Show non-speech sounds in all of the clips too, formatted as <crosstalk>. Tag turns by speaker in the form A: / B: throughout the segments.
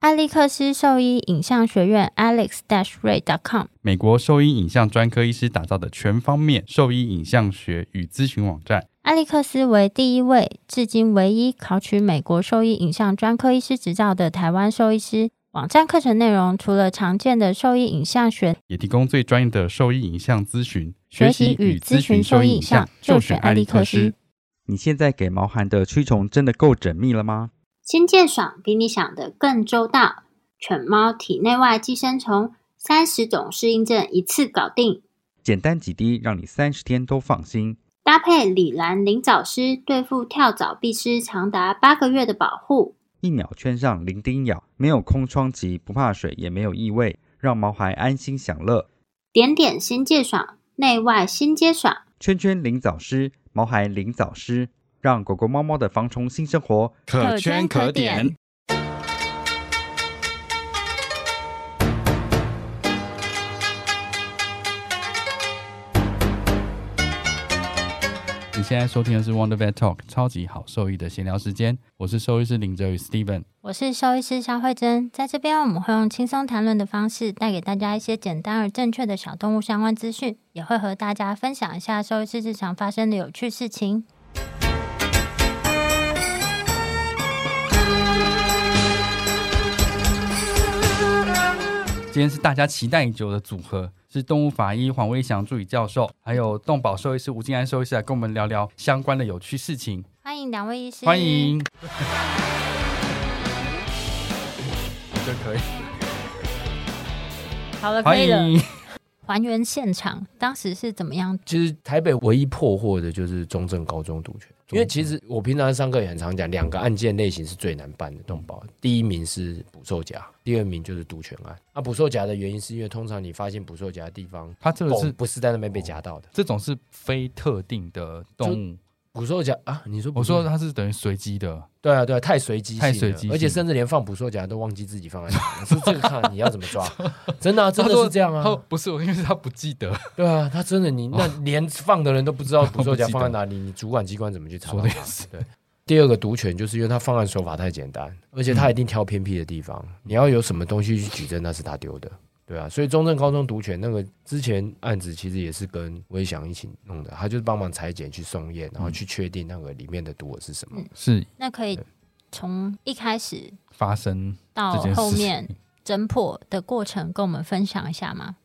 A: 艾利克斯兽医影像学院 alex-ray.com。
B: 美国兽医影像专科医师打造的全方面兽医影像学与咨询网站。
A: 艾利克斯为第一位，至今唯一考取美国兽医影像专科医师执照的台湾兽医师。网站课程内容除了常见的兽医影像学，
B: 也提供最专业的兽医影像咨询。
A: 学习与咨询兽医影像就选艾利克斯。
C: 你现在给毛孩的驱虫真的够缜密了吗？
D: 新健爽比你想的更周到，犬猫体内外寄生虫三十种适应症一次搞定，
C: 简单几滴，让你三十天都放心。
D: 搭配李兰灵藻师对付跳蚤必施长达八个月的保护。
C: 一秒圈上零叮咬，没有空窗期，不怕水，也没有异味，让毛孩安心享乐。
D: 点点新界爽，内外新皆爽。
C: 圈圈灵藻师，毛孩灵藻师，让狗狗猫猫的防虫新生活。
A: 可圈可点。
B: 你现在收听的是 Wonder Vet Talk 超级好兽医的闲聊时间，我是兽医师林哲宇 Steven。
A: 我是兽医师肖慧珍，在这边我们会用轻松谈论的方式，带给大家一些简单而正确的小动物相关资讯，也会和大家分享一下兽医师日常发生的有趣事情。
B: 今天是大家期待已久的组合，是动物法医黄威翔助理教授，还有动保兽医师吴静安兽医师来跟我们聊聊相关的有趣事情。
A: 欢迎两位医师，
B: 欢 <laughs> 迎。就可以，
A: 好了，可
B: 欢
A: 以了，
B: 迎。
A: 还原现场，当时是怎么样？
E: 其实台北唯一破获的就是中正高中毒犬，因为其实我平常上课也很常讲，两个案件类型是最难办的动保，第一名是捕兽夹，第二名就是毒犬案。啊，捕兽夹的原因是因为通常你发现捕兽夹的地方，
B: 它这个
E: 狗
B: 是
E: 不是在那边被夹到的？
B: 这种是非特定的动物，
E: 捕兽夹啊，你说
B: 哦
E: 捕
B: 我
E: 兽
B: 说它是等于随机的，
E: 对啊对啊，太随机性
B: 太
E: 了，
B: 随机性
E: 而且甚至连放捕兽夹都忘记自己放在哪里，是这个看你要怎么
B: <laughs>
E: 抓，真的啊，真的是这样
B: 他说
E: 啊
B: 他，不是我，因为他不记得，
E: 对啊，他真的你那连放的人都
B: <laughs>
E: 不知道捕兽夹
B: 不记得
E: 放在哪里，你主管机关怎么去查到
B: 说
E: 它？
B: 的也是。
E: 第二个毒犬就是因为它方案手法太简单，而且它一定挑偏僻的地方。你要有什么东西去举证，那是他丢的，对啊。所以中正高中毒犬那个之前案子其实也是跟威翔一起弄的，他就是帮忙裁剪去送验，然后去确定那个里面的毒饵是什么。
A: 嗯
B: 是
A: 那可以
E: 对
A: 从一开始
B: 发生
A: 到
B: 这件
A: 哦后
B: 事
A: 面
B: 情，
A: 侦破的过程，跟我们分享一下吗？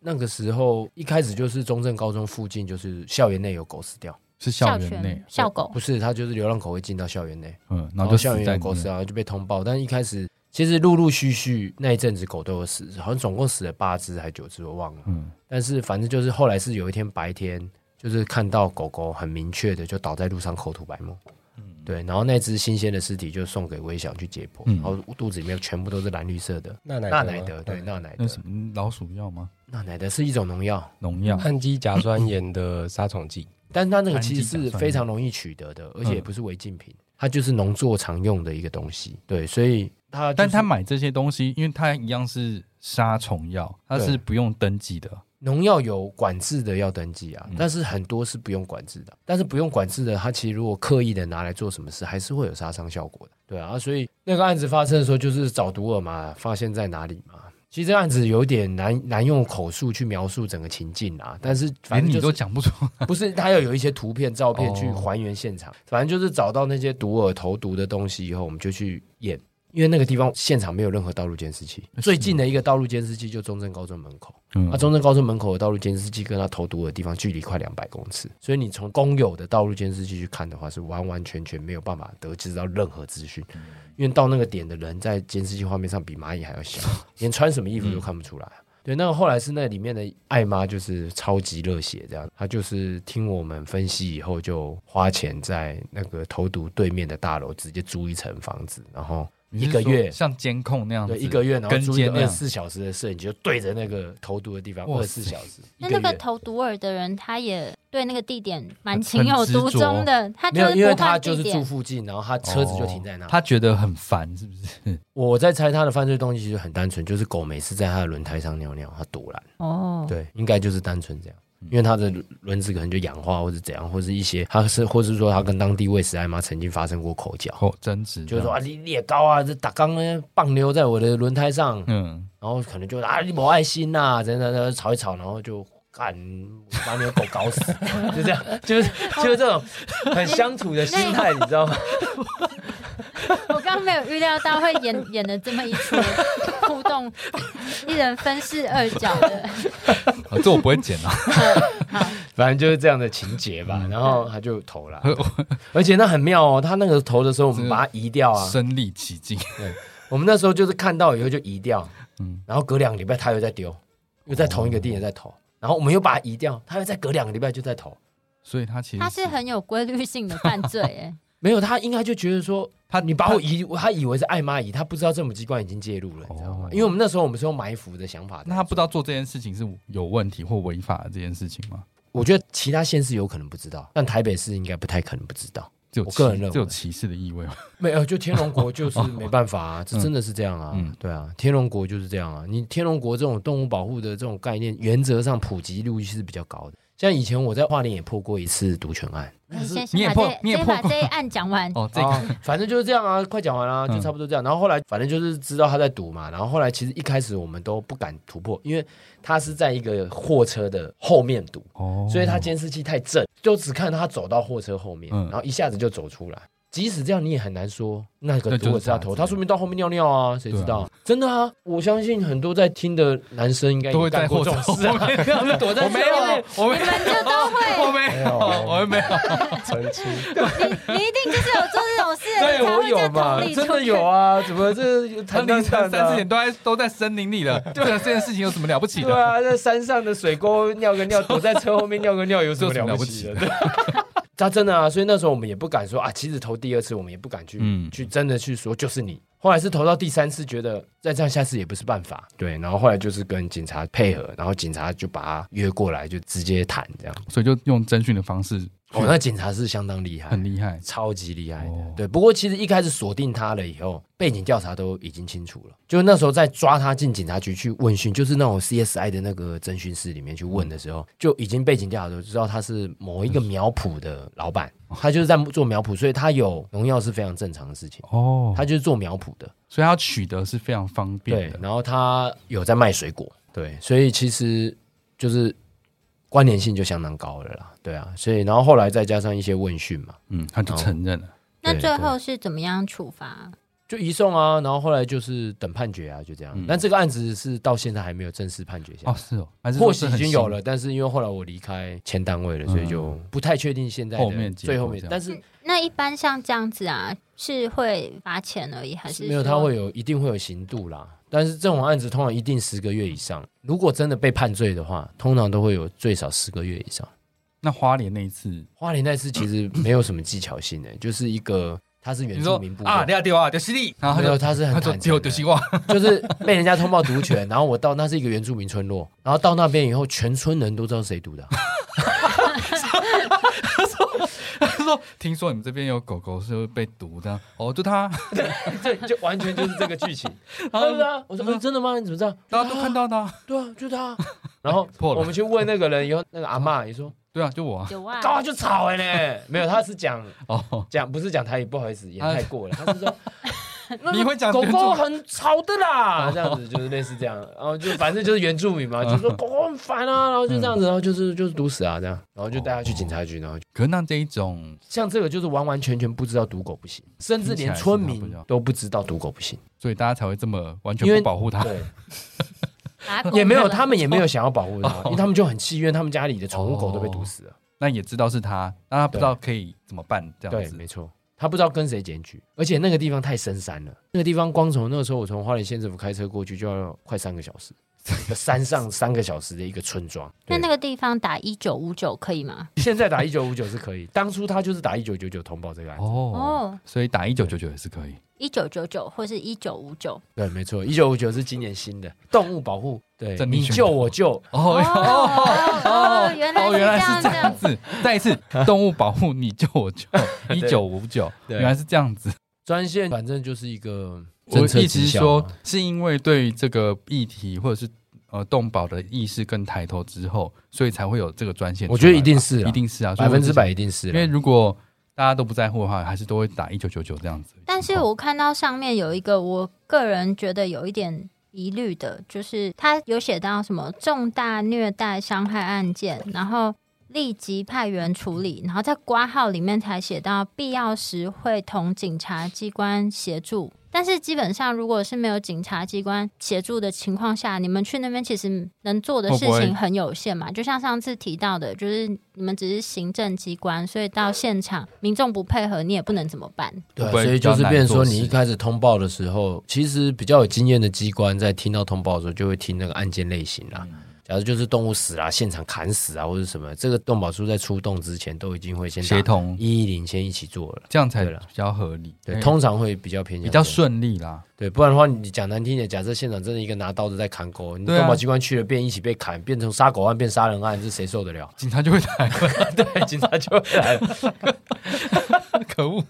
E: 那个时候一开始就是中正高中附近就是校园内有狗死掉，
B: 是校园内，
A: 校狗
E: 不是它就是流浪狗会进到校园内，
B: 嗯，然
E: 然
B: 后就
E: 后哦校
B: 死
E: 园
B: 在
E: 有
B: 里
E: 狗死，
B: 面。
E: 然后就被通报。但一开始其实陆陆续续那一阵子狗都有死，好像总共死了八只还九只，我忘了。
B: 嗯，
E: 但是反正就是后来是有一天白天，就是看到狗狗很明确的就倒在路上口吐白沫，
B: 嗯
E: 对，然后那只新鲜的尸体就送给威翔去解剖，
B: 嗯
E: 然后肚子里面全部都是蓝绿色的
F: 那奶
E: 纳乃德，对，纳乃德
B: 嗯那，什么老鼠药吗？
E: 纳乃德是一种农药，
B: 农药？
E: 嗯
F: 氨基甲酸盐的杀虫剂，
E: 但是它那个其实是非常容易取得的，
B: 嗯
E: 而且也不是违禁品，它就是农作常用的一个东西，对，所以它、
B: 但他。买这些东西，因为他一样是杀虫药，他是
E: 对
B: 不用登记的。
E: 农药有管制的要登记啊，
B: 嗯
E: 但是很多是不用管制的。但是不用管制的，它其实如果刻意的拿来做什么事，还是会有杀伤效果的。对啊，啊所以那个案子发生的时候，就是找毒饵嘛，发现在哪里嘛。其实这个案子有点难难用口述去描述整个情境啊，但是反
B: 连
E: 正
B: 你
E: 就
B: 都
E: 是
B: 讲不出， <laughs>
E: 不是，它要有一些图片、照片
B: 哦
E: 去还原现场。反正就是找到那些毒饵投毒的东西以后，我们就去验，因为那个地方现场没有任何道路监视器，最近的一个道路监视器就中正高中门口。
B: 嗯
E: 那、中正高中门口的道路监视器跟它投毒的地方距离快两百公尺，所以你从公有的道路监视器去看的话，是完完全全没有办法得知到任何资讯，
B: 嗯
E: 因为到那个点的人在监视器画面上比蚂蚁还
B: <laughs>
E: 要小，连穿什么衣服都看不出来。对，那个后来是那里面的艾妈就是超级热血，这样，她就是听我们分析以后，就花钱在那个投毒对面的大楼直接租一层房子，然后
B: 你是
E: <laughs> 一个
B: 说
E: 月
B: 像监控那样子，
E: 对，一个月，然后
B: 跟
E: 租一
B: 监
E: 个
B: 那
E: 二
B: 样
E: 十，四小时的摄影机，就对着那个投毒的地方
B: 哇
E: 二
B: 塞
E: 十四小时。
A: 那
E: 一
A: 那
E: 个
A: 个
E: 月
A: 投毒饵的人，他也对那个地点蛮
B: 很
A: 情有
B: 执
A: 独
B: 着
A: 钟的，他
E: 没
A: 就
E: 有，
A: 是
E: 因为
A: 不
E: 他
A: 换
E: 就
A: 地
E: 是住
A: 点。
E: 附近，然后他呃车子就停在那。
B: 哦他觉得很烦，是不是？
E: 我在猜他的犯罪动机其实很单纯，就是狗每次在他的轮胎上尿尿，他堵了。
A: 哦，
E: 对，应该就是单纯这样。因为它的轮子可能就氧化或者怎样，或者一些它是，或是说它跟当地喂食艾妈曾经发生过口角，
B: 口哦争执，
E: 哦就是说啊，你你也高啊，这打钢呢棒留在我的轮胎上，
B: 嗯，
E: 然后可能就啊你没爱心呐、啊，等等等等吵一吵，然后就。干，我把你的狗搞死， <laughs> 就这样，就是就是这种很乡土的心态，你知道吗？ <laughs>
A: <laughs> 我刚没有预料到会演演的这么一出互动，一人分饰二角
B: <laughs>
A: 的。
B: 好这我不会剪啊，
E: 反正就是这样的情节吧。然后他就投了，啊而且那很妙哦，他那个投的时候，我们把它移掉啊。
B: <laughs> 身临其境，
E: 我们那时候就是看到以后就移掉，
B: 嗯哦
E: 然后隔两个礼拜他又在丢，又在同一个地点在投，然后我们又把它移掉，他又再隔两个礼拜就在投。
B: 所以他其实
A: 他是很有规律性的犯罪、
B: <laughs>
A: 哎，
E: 没有，他应该就觉得说
B: 他
E: 你把我移，他以为是艾妈移，他不知道政府机关已经介入了，你知道吗
B: 哦？
E: 因为我们那时候我们是用埋伏的想法，
B: 那他不知道，做这件事情是有问题或违法的这件事情吗？
E: 我觉得其他县市有可能不知道，但台北市应该不太可能不知道。
B: 只有
E: 我
B: 歧
E: 个人认为
B: 只有歧视的意味吗？
E: 没呃有，就天龙国
B: <laughs>
E: 就是没办法啊，这真的是这样啊，
B: 嗯
E: 对啊，天龙国就是这样啊。你天龙国这种动物保护的这种概念，原则上普及率是比较高的。像以前我在花莲也破过一次毒犬案，
A: 你先
B: 你
A: 先
B: 也
A: 把
B: 破
A: 这
B: 你也
A: 先
B: 破
A: 把
B: 过
A: 这一案讲
B: <laughs>
A: 完。
B: 哦，这个、
E: 啊，反正就是这样啊，快讲完了、
B: 嗯
E: 就差不多这样。啊然后后来反正就是知道他在赌嘛，然后后来其实一开始我们都不敢突破，因为他是在一个货车的后面赌，
B: 哦，
E: 所以他监视器太正，就只看到他走到货车后面，
B: 嗯
E: 然后一下子就走出来。即使这样，你也很难说那个
B: 那就是
E: 如果是他投，
B: 他
E: 他说明到后面尿尿啊，谁知道？真的啊，我相信很多在听的男生应该也
B: 都会在
E: 干
B: 货
E: 过这
B: 车
E: 种事 <laughs> 啊，他们躲在
B: 我没有
E: 车后面，
A: 你们就都
B: 我没有，<laughs> 我
A: 会，
B: 没有，我
E: <laughs>
B: 没有，
F: 澄清，
A: 你你一定就是有做这种事，
E: 对
A: 你才
E: 我
A: 会
E: 有
A: 叫
E: 嘛
A: 同，理出
E: 真的
A: 去
E: 有啊，怎么这
B: <laughs> 他
E: 谈到
B: 凌晨三
E: 蛋
B: 四
E: 啊
B: 点？都在都在森林里
E: <laughs>
B: 了，这个这件事情有什么了不起
E: 对
B: 的？
E: 啊，在山上的水沟尿个
B: <laughs>
E: 尿，躲在车后面尿个尿，有什
B: 这有
E: 么
B: 什么
E: 了
B: 了不
E: 不起
B: 起
E: 的
B: 的？
E: 他真的 <laughs> 啊，所以那时候我们也不敢说啊，其实投第二次我们也不敢去、
B: 嗯
E: 去真的去说就是你。后来是投到第三次，觉得再这样下次也不是办法，对。然后后来就是跟警察配合，然后警察就把他约过来，就直接谈这样。
B: 所以就用征询的方式， <laughs>
E: 哦，那警察是相当厉害，
B: 很厉害，
E: 超级厉害的。
B: 哦
E: 对，不过其实一开始锁定他了以后，背景调查都已经清楚了。就那时候在抓他进警察局去问讯，就是那种 CSI 的那个侦讯室里面去问的时
B: 哦
E: 候，就已经背景调查都知道他是某一个苗圃的老板，
B: 哦
E: 他就是在做苗圃，所以他有农药是非常正常的事情。
B: 哦，
E: 他就是做苗圃的，
B: 所以他取得是非常方便
E: 对，
B: 的，
E: 然后他有在卖水果，对，所以其实就是关联性就相当高了啦，对啊，所以然后后来再加上一些问讯嘛，
B: 嗯，他
E: 哦
B: 就承认了，
A: 那
E: 对
A: 最
E: 对
A: 后是怎么样处罚？
E: 就移送啊，然后后来就是等判决啊，就这样。
B: 嗯
E: 但这个案子是到现在还没有正式判决下
B: 哦，
E: 来，
B: 是哦，还是说
E: 或许
B: 是
E: 已
B: 很
E: 经有
B: 新
E: 了，但是因为后来我离开前单位了，
B: 嗯
E: 所以就不太确定现在的
B: 后面结果
E: 最后面
B: 这。样
E: 但是
A: 那一般像这样子啊，是会罚钱而已，还是
E: 没有，
A: 说
E: 他会有一定会有刑度啦。但是这种案子通常一定十个月以上，如果真的被判罪的话，通常都会有最少十个月以上。
B: 那花莲那一次，
E: 花莲那次其实没有什么技巧性的、欸就是一个他是
B: 你
E: 原住
B: 说
E: 民部落
B: 啊，你要丢啊，丢犀利，然后
E: 没有，
B: 他就
E: 他是很
B: 他说
E: 坦诚
B: 丢
E: 的
B: 丢西瓜，
E: 就是被人家通报毒犬，然后我到那是一个原住民村落，然后到那边以后，全村人都知道谁毒的，啊
B: 他说听说你们这边有狗狗是会被毒的，哦，就他，
E: 对，就完全就是这个剧情。
B: 然 <laughs>
E: <laughs> 对
B: 后
E: 啊，我说、呃真的吗？你怎么知道？
B: 大家都看到的啊，哎
E: 对啊，就是
B: <laughs>
E: 他。然后
B: 破了
E: 我们去问那个人以后，那个阿嬷也说，
B: 对啊，就我啊，
A: 有
E: <laughs>
A: 啊？
E: 刚刚就吵了呢。没有，他是讲
B: 哦， <laughs>
E: 讲不是讲台语，不好意思，演太过了。他是说那个
B: 你会讲
E: 狗
B: 原住
E: 狗
B: 民
E: 很吵的啦，这样子就是类似这样，然后就反正就是原
B: <laughs>
E: 住民嘛，就说狗狗很烦啊，然后就这
B: 嗯
E: 样子，然后就是就是毒死啊这样，然后就带他去警察局，然后就
B: 可是那这一种
E: 像这个就是完完全全不知道毒狗不行，甚至连村民都不知道毒狗
B: <laughs>
E: 不行，
B: 所以大家才会这么完
E: 因
B: 全
E: 为
B: 不保护它。
E: 对，
A: 打狗
E: 也没有
A: 的
E: 他们也没有想要保护它
B: 哦，
E: 因为他们就很气怨，他们家里的宠物狗都被毒死了，
B: 那也知道是它，但他不知道可以怎么办，这样
E: 对，
B: 子。
E: 没错。他不知道跟谁检举，而且那个地方太深山了。那个地方光从那个时候我从花莲县政府开车过去就要快三个小时，山上三个小时的一个村庄。
A: 那
E: 对
A: 那个地方打一九五九可以吗？
E: 现在打一九五九是可以，当初他就是打一九九九通报这个案子。
B: 哦，
A: 哦，
B: 所以打一九九九也是可以。
A: 一九九九或是一九五九，
E: 对，没错，一九五九是今年新的动物保护，对
B: 正义
E: 你
B: 宣
E: 救
B: 导
E: 我救，
B: 哦
A: 哦原来是
B: 哦， <laughs> 原来
A: 这
B: 是这
A: 样
B: 样
A: 子
B: 子。 <laughs> 再一次，动物保护你救我救，一九五九，
E: 对
B: 原来是这样子。
E: 专线反正就是一个
B: 我
E: 政策
B: 意思
E: 绩
B: 是
E: 效
B: 说
E: 嘛，
B: 是因为对于这个议题或者是呃动保的意识更抬头之后，所以才会有这个专线出来吧。
E: 我觉得一定是啦
B: 一定是啊，所以
E: 百
B: 我
E: 分之
B: 就
E: 百
B: 想
E: 一。定是
B: 因
E: 啦
B: 为。如果大家都不在乎的话，还是都会打一九九九这样子。
A: 但是我看到上面有一个，我个人觉得有一点疑虑的，就是他有写到什么重大虐待伤害案件，然后立即派员处理，然后在挂号里面才写到必要时会同警察机关协助。但是基本上，如果是没有警察机关协助的情况下，你们去那边其实能做的事
B: 哦会不会
A: 情很有限嘛。就像上次提到的，就是你们只是行政机关，所以到现场民众不配合，你也不能怎么办。
E: 对啊，
B: 会不会
E: 所以就是
B: 比较难
E: 变成
B: 做
E: 说，
B: 事
E: 你一开始通报的时候，其实比较有经验的机关在听到通报的时候，就会听那个案件类型啦。
B: 嗯
E: 假如就是动物死啦、现场砍死啊，或者什么，这个动保处在出动之前都已经会先
B: 协同
E: 一一零先一起做了啦。
B: 这样才
E: 对
B: 比
E: 啦
B: 较合理，
E: 对，
B: 哎
E: 通常会比较偏向
B: 比较
E: 这样
B: 顺利啦。
E: 对，不然的话，你讲难听点，假设现场真的一个拿刀子在砍狗，你
B: 对
E: 动
B: 啊？
E: 保机关去了，变一起被砍，变成杀狗案，变杀人案，这谁受得了
B: <laughs> 警察就会来了，
E: 对，警察就会来了。
B: 可
E: <laughs>
B: 恶！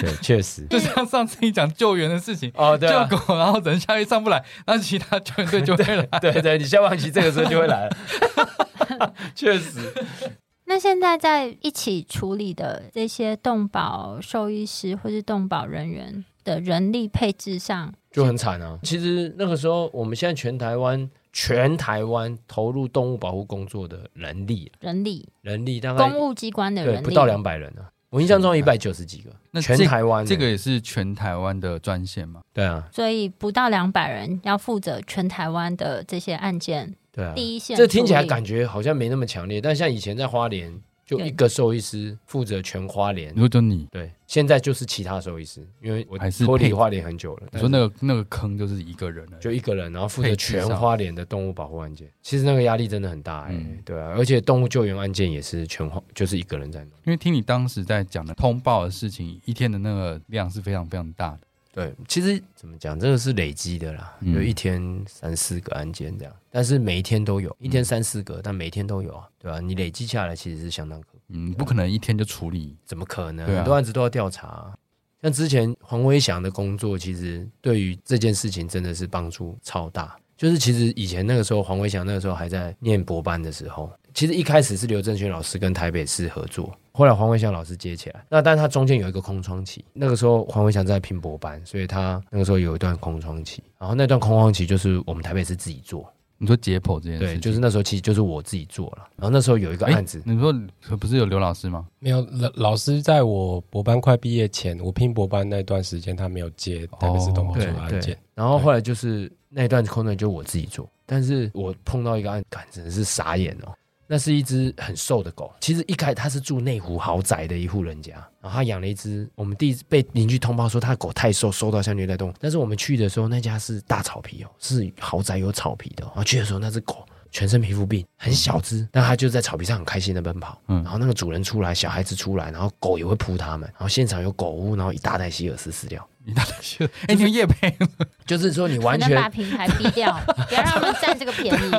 E: 对，确实。
B: 就像上次你讲救援的事情，
E: 哦，对、啊，
B: 救狗，然后人下去上不来，那其他救援队就会来。
E: <laughs> <laughs> 对对，你消防局这个时候就会
B: <laughs>
E: 来了。确实，
A: 那现在在一起处理的这些动保兽医师或是动保人员的人力配置上，
E: 就很惨啊。其实那个时候，我们现在全台湾全台湾投入动物保护工作的人力，
A: 人力
E: 人力大概
A: 公务机关的人
E: 对
A: 力
E: 不到两百人啊。我印象中一百九十几
B: 那
E: 个，全
B: 这
E: 台湾的
B: 这个也是全台湾的专线嘛？
E: 对啊，
A: 所以不到两百人要负责全台湾的这些案件，
E: 对啊。
A: 第一线
E: 这听起来
A: 处理
E: 感觉好像没那么强烈，但像以前在花莲，就一个兽医师负责全花莲
B: 你。说就你，
E: 对，现在就是其他兽医师，因为我
B: 还是
E: 脱离
B: 配
E: 花莲很久了。
B: 你
E: 但
B: 说
E: 是
B: 那个那个坑就是一个人而已
E: 就一个人，然后负
B: 配
E: 责
B: 置
E: 全
B: 上
E: 花莲的动物保护案件，其实那个压力真的很大哎、
B: 嗯
E: 对啊，而且动物救援案件也是全花，就是一个人在弄。
B: 因为听你当时在讲的通报的事情，一天的那个量是非常非常大的。
E: 对，其实怎么讲，这个是累积的啦，
B: 嗯
E: 有一天三四个案件这样，但是每一天都有，一天三四个，但每一天都有啊，对啊，你累积下来其实是相当可，
B: 嗯，不可能一天就处理。
E: 怎么可能？
B: 对啊
E: 很多案子都要调查啊、像之前黄威翔的工作，其实对于这件事情真的是帮助超大。就是其实以前那个时候，黄威翔那个时候还在念博班的时候，其实一开始是刘正轩老师跟台北市合作，后来黄威翔老师接起来。那但是他中间有一个空窗期，那个时候黄威翔在拼博班，所以他那个时候有一段空窗期。然后那段空窗期就是我们台北市自己做，
B: 你说解剖这件事
E: 对，
B: 情，
E: 就是那时候其实就是我自己做了。然后那时候有一个
B: 哎
E: 案子，
B: 你说不是有刘老师吗？
F: 没有老老师在我博班快毕业前，我拼博班那段时间，他没有接台北市动保
E: 哦
F: 处
E: 对
F: 的案件。。
E: 然后后来就是那一段空段就我自己做，但是我碰到一个案，感真的是傻眼哦。那是一只很瘦的狗，其实一开始它是住内湖豪宅的一户人家，然后他养了一只。我们第一次被邻居通报说他的狗太瘦，瘦到像虐待动物。但是我们去的时候，那家是大草皮哦，是豪宅有草皮的哦。然后去的时候，那只狗全身皮肤病，很小只，但它就在草皮上很开心的奔跑。
B: 嗯
E: 然后那个主人出来，小孩子出来，然后狗也会扑它们。然后现场有狗屋，然后一大袋希尔斯饲料，
B: 你大概
E: <laughs>
B: 是哎，你有叶配吗
E: 就是说你完
A: 可能
E: 全
A: 把品牌逼掉，不要让他们占这个便
E: <laughs>
A: 宜。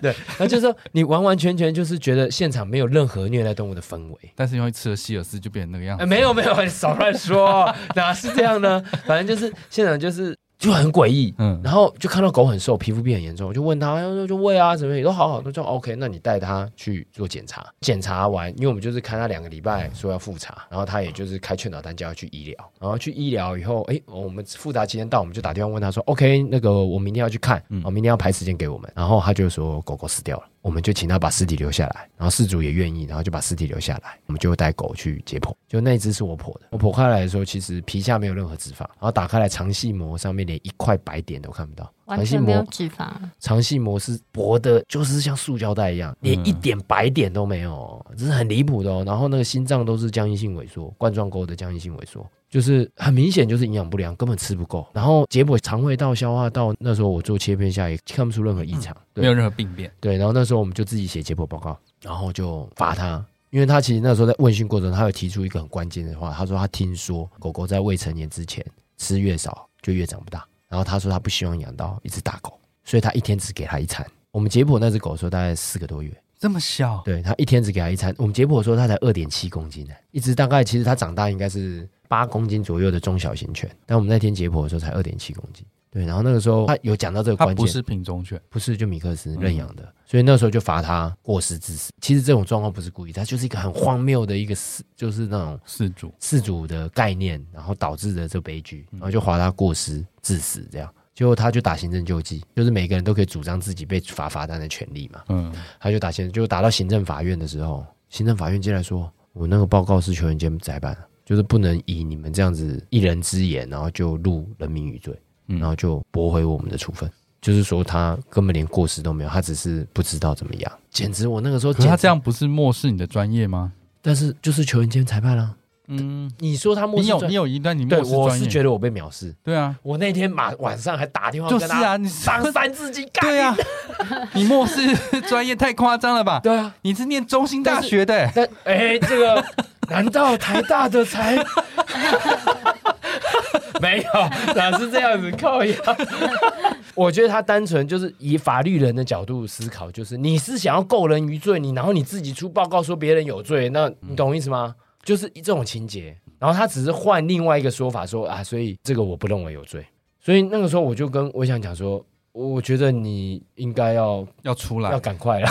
E: 对，那就是说你完完全全就是觉得现场没有任何虐待动物的氛围。
B: <laughs> 但是因为吃了希尔斯就变成那个样
E: 哎，
B: 子。
E: 没有没有，你 <laughs> 少乱说，哪是这样呢？反正就是现场就是就很诡异，
B: 嗯
E: 然后就看到狗很瘦，皮肤病很严重，我就问他，就就喂啊什么，也都好好，都说 OK，那你带它去做检查，检查完，因为我们就是看他两个礼拜说要复查，然后他也就是开劝导单叫他去医疗，然后去医疗以后，哎，我们复查期间到，我们就打电话问他说 OK，那个我明天要去看，我、明天要排时间给我们，然后他就说狗狗死掉了，我们就请他把尸体留下来，然后事主也愿意，然后就把尸体留下来，我们就带狗去解剖，就那只是我剖的，我剖开来的时候，其实皮下没有任何脂肪，然后打开来肠系膜上面连一块白点都看不到，
A: 完
E: 肠系
A: 全没有
E: 膜
A: 脂肪，
E: 肠系膜是薄的，就是像塑胶袋一样，连一点白点都没有，这是很离谱的哦。然后那个心脏都是僵硬性萎缩，冠状沟的僵硬性萎缩，就是很明显就是营养不良，根本吃不够。然后结果肠胃道、消化道，那时候我做切片下也看不出任何异常，
B: 没有
E: 对
B: 任何病变，
E: 对。然后那时候我们就自己写解剖报告，然后就罚他。因为他其实那时候在问讯过程中，他有提出一个很关键的话，他说他听说狗狗在未成年之前吃越少就越长不大，然后他说他不希望养到一只大狗，所以他一天只给它一餐。我们解剖那只狗的时候大概四个多月，
B: 这么小，
E: 对他一天只给它一餐。我们解剖的时候它才二点七公斤呢，一只大概其实它长大应该是八公斤左右的中小型犬，但我们那天解剖的时候才二点七公斤。对，然后那个时候他有讲到这个
B: 它
E: 关键，
B: 不是品种犬，
E: 不是就米克斯
B: 嗯
E: 认养的，所以那时候就罚他过失致死。其实这种状况不是故意，它就是一个很荒谬的一个事，就是那种
B: 饲主
E: 事主的概念，然后导致的这悲剧，然后就罚他过失致死这样。结果他就打行政救济，就是每个人都可以主张自己被罚罚单的权利嘛。
B: 嗯，
E: 他就打行，就打到行政法院的时候，行政法院进来说，我那个报告是球员监裁办，就是不能以你们这样子一人之言，然后就入人民语罪，
B: 嗯
E: 然后就驳回我们的处分。就是说他根本连过失都没有，他只是不知道怎么样，简直我那个时候
B: 可
E: 简
B: 是
E: 直
B: 他这，样不是漠视你的专业吗？
E: 但是就是球员监裁判啊，
B: 嗯，
E: 你说他漠
B: 你
E: 视
B: 有
E: 专
B: 你有一段你
E: 对，
B: 漠视
E: 我
B: 专
E: 是
B: 业，
E: 觉得我被藐视。
B: 对啊，
E: 我那天晚晚上还打电话
B: 就
E: 跟
B: 是
E: 他
B: 啊，你
E: 上三字经，
B: <laughs>
E: 干
B: 对啊，你漠视专业太夸张了吧？
E: 对啊，
B: 你是念中兴大学的、欸，
E: 但哎、这 <laughs> 个难道台大的 <laughs> 才？没有，哪是这样子靠呀？ <laughs> 我觉得他单纯就是以法律人的角度思考，就是你是想要购人于罪，你然后你自己出报告说别人有罪，那你懂我意思吗？就是这种情节。然后他只是换另外一个说法说啊，所以这个我不认为有罪。所以那个时候我就跟我想讲说，我我觉得你应该要
B: 要出
E: 要
B: 来，
E: 赶快了，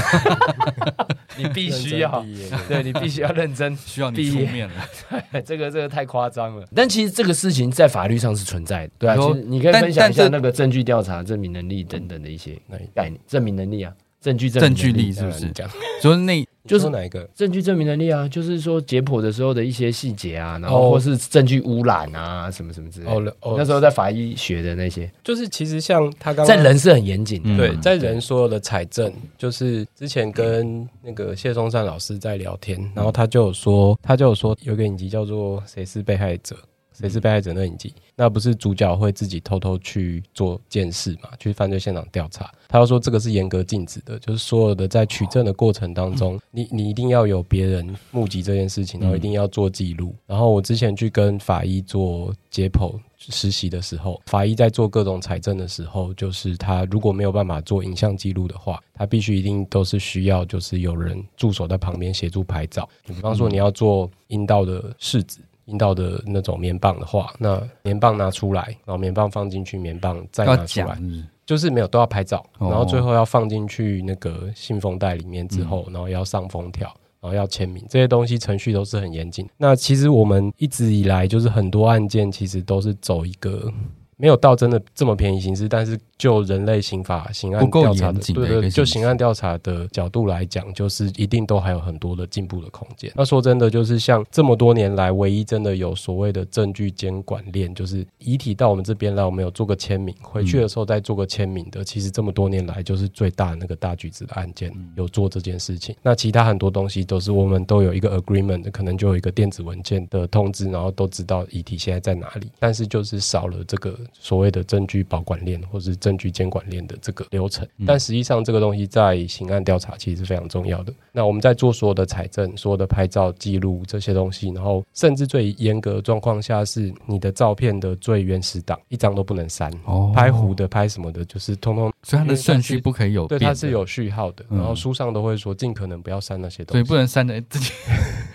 E: <laughs> 你必须要，对你必须要认真
B: 需要你
E: 毕
B: 出
E: 业
B: 面了。
E: 这个这个太夸张了，但其实这个事情在法律上是存在的，对啊，
B: 你说
E: 其实你可以
B: 但
E: 分享一下
B: 但这
E: 那个证据调查、证明能力等等的一些
F: 哪一
E: 概念，证明能力啊，证据证
B: 证
E: 明
B: 据
E: 能
B: 力
E: 力，呃
B: 是不
F: 你
B: 是？
F: 讲
B: 就是那
E: <laughs> 就是
F: 你说哪一个？
E: 证据证明能力啊，就是说解剖的时候的一些细节啊，然
F: 哦
E: 后或是证据污染啊，什么什么之类的。
F: 哦了哦，
E: 那时候在法医学的那些，
F: 就是其实像他刚刚
E: 在人是很严谨的，
B: 嗯
F: 对，在人所有的财政，就是之前跟那个谢松善老师在聊天，然后他就有说，他就有说有个影集叫做《谁是被害者》，谁是被害者那影集，那不是主角会自己偷偷去做监视嘛，去犯罪现场调查。他就说这个是严格禁止的，就是所有的在取证的过程当中，你你一定要有别人目击这件事情，然后一定要做记录。然后我之前去跟法医做解剖实习的时候，法医在做各种采证的时候，就是他如果没有办法做影像记录的话，他必须一定都是需要就是有人驻守在旁边协助拍照。比方说你要做阴道的试纸。阴道的那种棉棒的话，那棉棒拿出来，然后棉棒放进去，棉棒再
B: 要
F: 拿出
B: 讲
F: 来，
B: 是不是
F: 就是没有都要拍照，
B: 哦
F: 然后最后要放进去那个信封袋里面之
B: 嗯
F: 后，然后要上封条。然后要签名，这些东西程序都是很严谨。那其实我们一直以来就是很多案件，其实都是走一个没有到真的这么便宜刑事，但是就人类刑法刑案
B: 不够
F: 调查的
B: 严谨的
F: 对
B: 一个刑
F: 对，就
B: 事
F: 刑案调查的角度来讲，就是一定都还有很多的进步的空间。那说真的，就是像这么多年来，唯一真的有所谓的证据监管链，就是遗体到我们这边来，我们有做个签名，回去的时候再做个签名的。其实这么多年来，就是最大那个大橘子的案件有做这件事情。那其他很多东西都是我们都有一个 agreement，可能就有一个电子文件的通知，然后都知道遗体现在在哪里，但是就是少了这个所谓的证据保管链或是证据监管链的这个流程。但实际上，这个东西在刑案调查其实是非常重要的。那我们在做所有的采证、所有的拍照记录这些东西，然后甚至最严格的状况下是你的照片的最原始档一张都不能删。
B: 哦
F: 拍糊，的、拍什么的，就是通通
B: 所以它的顺
F: 因
B: 序
F: 为它是
B: 不可以有
F: 对，
B: 变，
F: 它是，有序号的。
B: 嗯
F: 然后书上都会说，尽可能不要删那些东
B: 所以
F: 西。
B: 不能删的自己。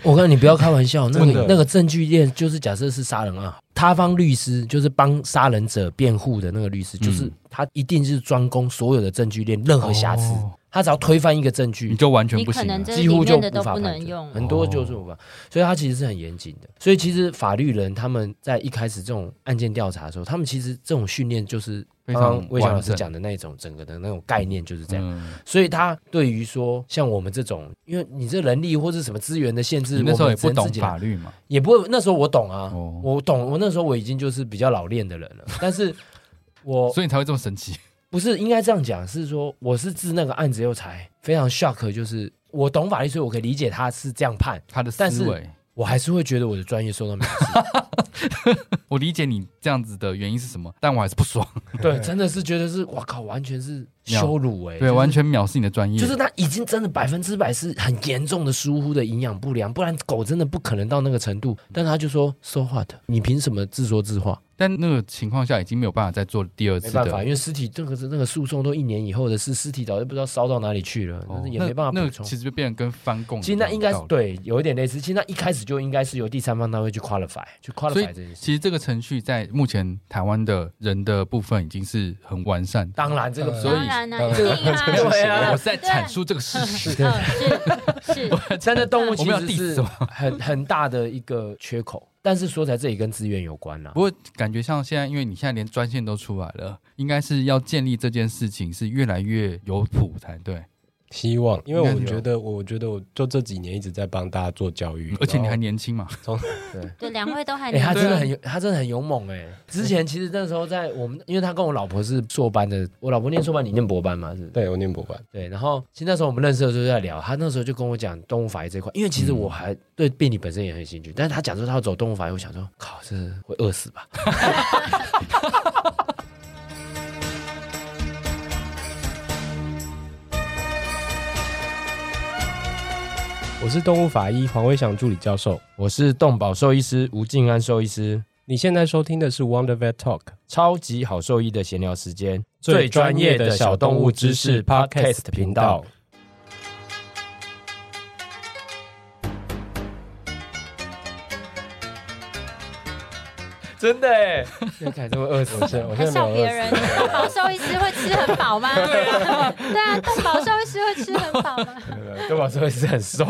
E: 我告诉你，不要开玩笑，那
F: 真的
E: 个那个证据链就是假设是杀人案，他方律师就是帮杀人者辩护的那个律师，
B: 嗯
E: 就是他一定是专攻所有的证据链任何瑕疵，
B: 哦
E: 他只要推翻一个证
B: 你
E: 据，
B: 就完全
A: 你
B: 不
A: 可
B: 行啊了
A: 能。这
E: 几
A: 里
E: 乎就
A: 面的都
E: 无法
A: 不
E: 判
A: 能
E: 决
A: 用，
E: 很多就是无法，所以他其实是很严谨的。所以其实法律人他们在一开始这种案件调查的时候，他们其实这种训练就是
B: 非
E: 刚
B: 常
E: 刚魏翔老
B: 完
E: 师
B: 整
E: 讲的那种整个的那种概念就是这样。
B: 嗯，
E: 所以他对于说像我们这种，因为你这人力或是什么资源的限制，
B: 你那时候
E: 我
B: 也
E: 们只
B: 不
E: 能
B: 懂
E: 自己来
B: 法律嘛，
E: 也不会。那时候我懂啊，
B: 哦
E: 我懂。我那时候我已经就是比较老练的人
B: <laughs>
E: 了，但是我
B: 所以你才会这么神奇。 <laughs>
E: 不是应该这样讲，是说我是自那个案子以后才非常 shock，就是我懂法律，所以我可以理解他是这样判，
B: 他的
E: 但
B: 思
E: 是
B: 维，
E: 我还是会觉得我的专业
B: <laughs>
E: 受到藐视。
B: 我理解你这样子的原因是什么，但我还是不
E: <laughs>
B: 爽。
E: 对，真的是觉得是，哇靠，完全是羞辱哎、
B: 对，
E: 就是
B: 完全藐视你的专业。
E: 就是他已经真的百分之百是很严重的疏忽的营养不良，不然狗真的不可能到那个程度。但他就说 so what，你凭什么自说自话？
B: 但那个情况下已经没有办法再做第二
E: 没
B: 次
E: 办法，
B: 的。
E: 因为尸体这个那个诉讼都一年以后的事，尸体早就不知道烧到哪里去了，
B: 哦
E: 但是也
B: 那
E: 没办法
B: 那
E: 补
B: 个
E: 充。
B: 其实就变成跟翻供一样的道理。
E: 其实那应该是对，有一点类似。其实那一开始就应该是由第三方单位去 qualify，
B: 所以
E: 去 qualify 这件事。
B: 其实这个程序在目前台湾的人的部分已经是很完善的。
E: 当然，这个
B: <laughs> 所以
A: 当然啦，
F: 当
A: 一
F: 然
A: 定 <laughs> 啊，
E: 对啊
B: 我是在阐述这个事实。
A: 对，嗯是是，
E: 真的动物
B: 我
E: 其
B: 们要
E: 实
B: diss
E: 是
B: 吗
E: 很 <laughs> 很大的一个缺口，但是说起来这也跟资源有关啦
B: <laughs> 不。过感觉像现在，因为你现在连专线都出来了，应该是要建立这件事情是越来越有谱才对。
F: 希望，因为我
B: 应该有
F: 觉得，我觉得我就这几年一直在帮大家做教育，
B: 而且你还
F: 然后
B: 年轻嘛，
A: 对，两位都还
E: <laughs> 哎、
A: 年
E: 他
A: 轻
E: 真的
B: 啊
E: 很有，他真的很勇猛哎、之前其实那时候在我们，因为他跟我老婆是硕班的，我老婆念硕班，你念博班嘛，是不是
F: 对我念博班，
E: 对，然后其实那时候我们认识的时候就在聊，他那时候就跟我讲动物法医这一块，因为其实我还对病理本身也很有兴趣，但是他讲说他要走动物法医，我想说，靠，这会饿死吧？
F: 我是动物法医黄威翔助理教授。
E: 我是动保兽医师吴静安兽医师，
F: 你现在收听的是 Wonder Vet Talk，
E: 超级好兽医的闲聊时间，
F: 最专业的小动物知识 Podcast 频道。
E: 真的 <laughs> 哎，要改成饿死
F: 我现在我
A: 还
F: 现在
A: 笑
F: 没有
A: 别
F: 饿
A: 人，动保兽医师会吃很饱吗？ <laughs> 对啊，对啊，动保兽医师会吃很饱
B: <laughs>
A: 吗？
E: 对吧？所以是很瘦，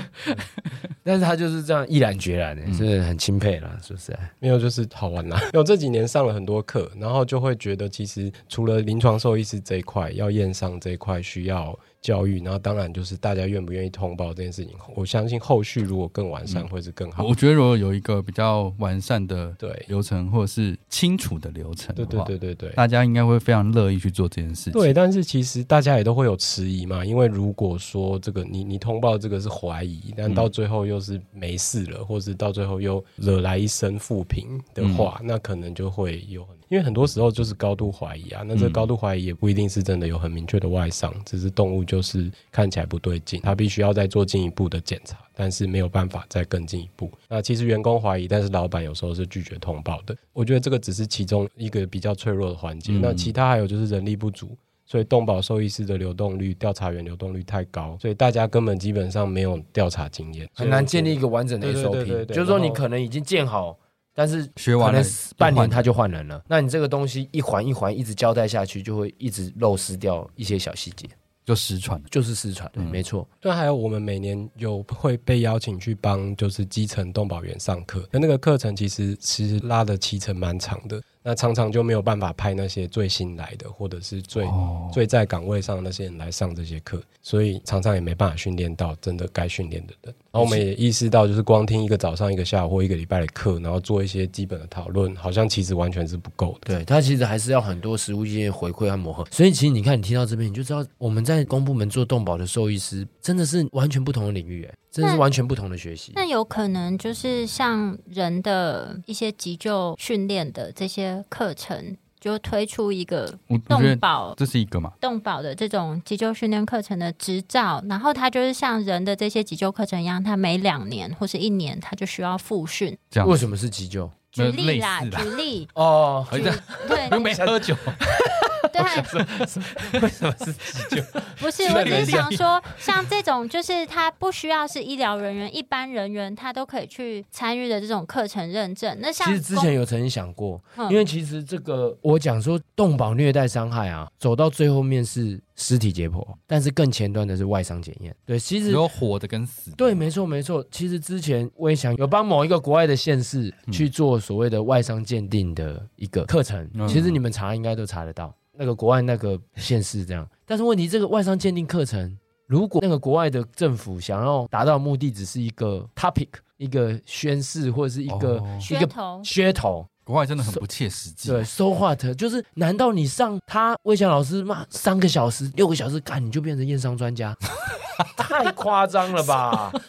E: <laughs> 但是他就是这样毅然决然的，是很钦佩啦，是不是？
F: 没有，就是好玩啦、 <laughs> 因为我这几年上了很多课，然后就会觉得，其实除了临床兽医师这一块，要验伤这一块需要教育，然后当然就是大家愿不愿意通报这件事情。我相信后续如果更完善，会是更好。
B: 我觉得如果有一个比较完善的
F: 对
B: 流程，或者是清楚的流程的
F: 对
B: 话，
F: 对对对对。
B: 大家应该会非常乐意去做这件事情。
F: 对，但是其实大家也都会有迟疑嘛，因为如果说这个你你通报这个是怀疑，
B: 嗯
F: 但到最后又是没事了，或是到最后又惹来一身负评的
B: 嗯
F: 话，那可能就会有很，因为很多时候就是高度怀疑啊，那
B: 嗯
F: 这个高度怀疑也不一定是真的有很明确的外伤，只是动物就是看起来不对劲，它必须要再做进一步的检查，但是没有办法再更进一步。那其实员工怀疑，但是老板有时候是拒绝通报的，我觉得这个只是其中一个比较脆弱的环
B: 嗯
F: 节，那其他还有就是人力不足。所以动保兽医师的流动率、调查员流动率太高，所以大家根本基本上没有调查经验，
E: 很难建立一个完整的
F: 对对
E: SOP，
F: 对对对
E: 就是说
F: 然
E: 你
F: 后
E: 可能已经建好，但是
B: 学完
E: 可
B: 了
E: 能
B: 就
E: 半
B: 换
E: 年
B: 了
E: 他就换人了，那你这个东西一环一环一直交代下去，就会一直漏失掉一些小细节，
B: 就失传了。
E: 就是失传，对，没错。
F: 对，还有我们每年有会被邀请去帮就是基层动保员上课，那那个课程其实其实拉的期程蛮长的，那常常就没有办法派那些最新来的或者是最、
B: 哦
F: 最在岗位上的那些人来上这些课，所以常常也没办法训练到真的该训练的人。然后我们也意识到，就是光听一个早上、一个下午或一个礼拜的课，然后做一些基本的讨论，好像其实完全是不够的。
E: 对，它其实还是要很多实物经验回馈和磨合。所以其实你看，你听到这边，你就知道我们在公部门做动保的兽医师，真的是完全不同的领域，哎，真的是
A: 那
E: 完全不同的学习。
A: 那有可能就是像人的一些急救训练的这些课程，就推出一个
B: 我我觉
A: 动
B: 得
A: 保
B: 这是一个嘛，
A: 动保的这种急救训练课程的执照，然后它就是像人的这些急救课程一样，它每两年或是一年，它就需要复训。
B: 这样
E: 为什么是急救？
A: 举例啦，
B: 类似啦
A: 举例，
E: 哦，
B: 哎这
A: 对
B: <laughs> 又没喝酒，
A: <laughs> 对，为 <laughs> 什么是急救？不是，我只是想说，像这种就是它不需要是医疗人员，一般人员他都可以去参与的这种课程认证。那像
E: 其实之前有曾经想过，
A: 公，嗯
E: 因为其实这个我讲说动保虐待伤害啊，走到最后面是尸体解剖，但是更前端的是外伤检验。对，其实
B: 有活的跟死的。
E: 对，没错没错。其实之前我也想有帮某一个国外的县市去做所谓的外伤鉴定的一个课程，
B: 嗯
E: 其实你们查应该都查得到那个国外那个县市这样。但是问题，这个外伤鉴定课程，如果那个国外的政府想要达到的目的，只是一个 topic。一个宣誓或者是一个、
B: 哦
E: 一
A: 噱
E: 个
A: 头，
E: 噱头，
B: 国外真的很不切实际。
E: 对，so what？就是难道你上他魏翔老师骂三个小时、六个小时，干你就变成验伤专家？ <laughs> 太夸张了吧！ <laughs>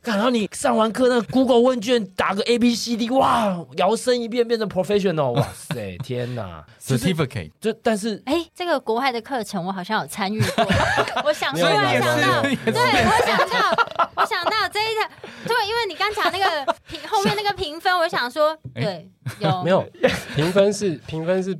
E: 干，然后你上完课，那个 Google 问卷打个 A B C D，哇，摇身一变变成 professional，哇塞， <laughs> 天哪！就是
B: ，certificate
E: 就但是
A: 哎，这个国外的课程我好像有参与过，我想突
F: 你有
A: 然
F: 拿
A: 想
B: <laughs>
A: 到，
F: 到
A: 对我想到，我想到这一条，对，因为你刚讲那个评后面那个评分，我想说，对，有
F: 没有评分 <laughs> 是评分是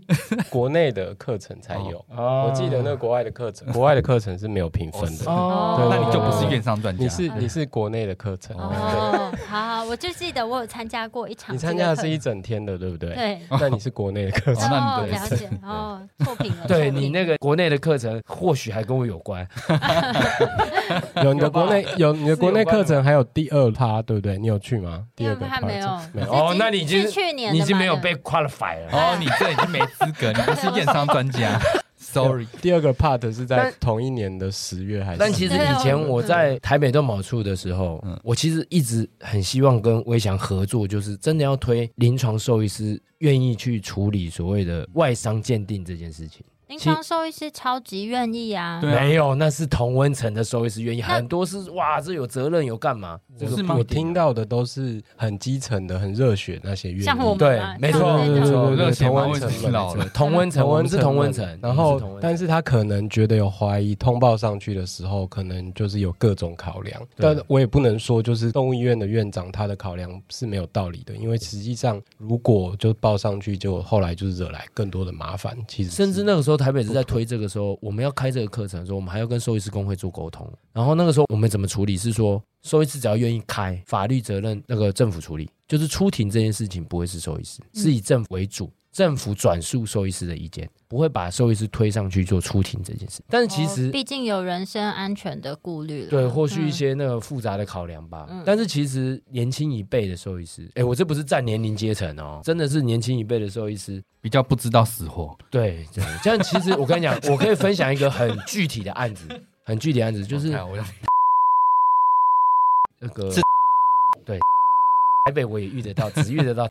F: 国内的课程才有，
E: 哦
F: 我记得那个国外的课程，国外的课程是哦没有评分的，
A: 哦
B: 那你就不是院上专家，
F: 你是你是国内的课程，对，
A: 哦，好，好我就记得我有参加过一场
F: 你
A: 这个课，
F: 参加的是一整天的，对不对？
A: 对，
F: 那你是国内的课程，
B: 那
A: 哦，
B: 你的
A: 了解，哦，错评了，
E: 对
A: 错评
E: 你那个国内的课程，或许还跟我有关。
F: <laughs> 有你的国内有你的国内课程，还有第二趴，对不对？你有去吗？第
A: 因
F: 二
A: 为
F: 个
A: 还
F: 趴
A: 没有，
F: 没有
A: 是
E: 哦
A: 今
E: 那你已经
A: 是去年的
E: 你已经
A: 嘛
E: 没有
A: 对
E: 被 qualify 了。
B: 哦，你这已经没资格，你不是验伤专
E: <laughs>
B: 家，sorry。
F: 第二个 part 是在同一年的十月还是？
E: 但其实以前我 <laughs> 在台北动保处的时候，
B: 嗯
E: 我其实一直很希望跟威翔合作，就是真的要推临床兽医师愿意去处理所谓的外伤鉴定这件事情。
A: 临
E: 其实
A: 床兽医师超级愿意啊，
B: 对啊
E: 没有，那是同温层的兽医师愿意，
A: 那
E: 很多是哇，这有责任有干嘛？这个
B: 是吗
E: 不
F: 我
E: 一定
F: 听到的都是很基层的、很热血那些乐
A: 像我
F: 迷
A: 们。
E: 对
A: 嘛，
E: 没
A: 像
E: 错，
A: 我们
E: 没
A: 那种
E: 错，
B: 对
E: 对
B: 热血
E: 同
B: 嘛
E: 温
B: 我也
E: 层
B: 是
E: 们
B: 老了
E: 同温层，我们是同温
F: 层
E: 层
F: 的，然
E: 我们是同
F: 后
E: 温层
F: 但是他可能觉得有怀疑，通报上去的时候，可能就是有各种考量。
E: 对
F: 但我也不能说，就是动物医院的院长他的考量是没有道理的，因为实际上如果就报上去，就后来就是惹来更多的麻烦。其实是
E: 甚至那个时候台北是在推这个时候，我们要开这个课程的时候，我们还要跟兽医师工会做沟通。然后那个时候我们怎么处理是说，兽医师只要愿意开，法律责任那个政府处理，就是出庭这件事情不会是兽医师，是
A: 嗯
E: 以政府为主。政府转述兽医师的意见，不会把兽医师推上去做出庭这件事。但是其实
A: 哦毕竟有人身安全的顾虑了，
E: 对，或许一
A: 嗯
E: 些那个复杂的考量吧。
A: 嗯
E: 但是其实年轻一辈的兽医师，哎，我这不是占年龄阶层哦，真的是年轻一辈的兽医师，
B: 比较不知道死活，
E: 对对，这样其实我跟你讲，我可以分享一个很具体的案子，很具体的案子就是
B: 哎我
E: 那个
B: 是
E: 对台北我也遇得到，只遇得到，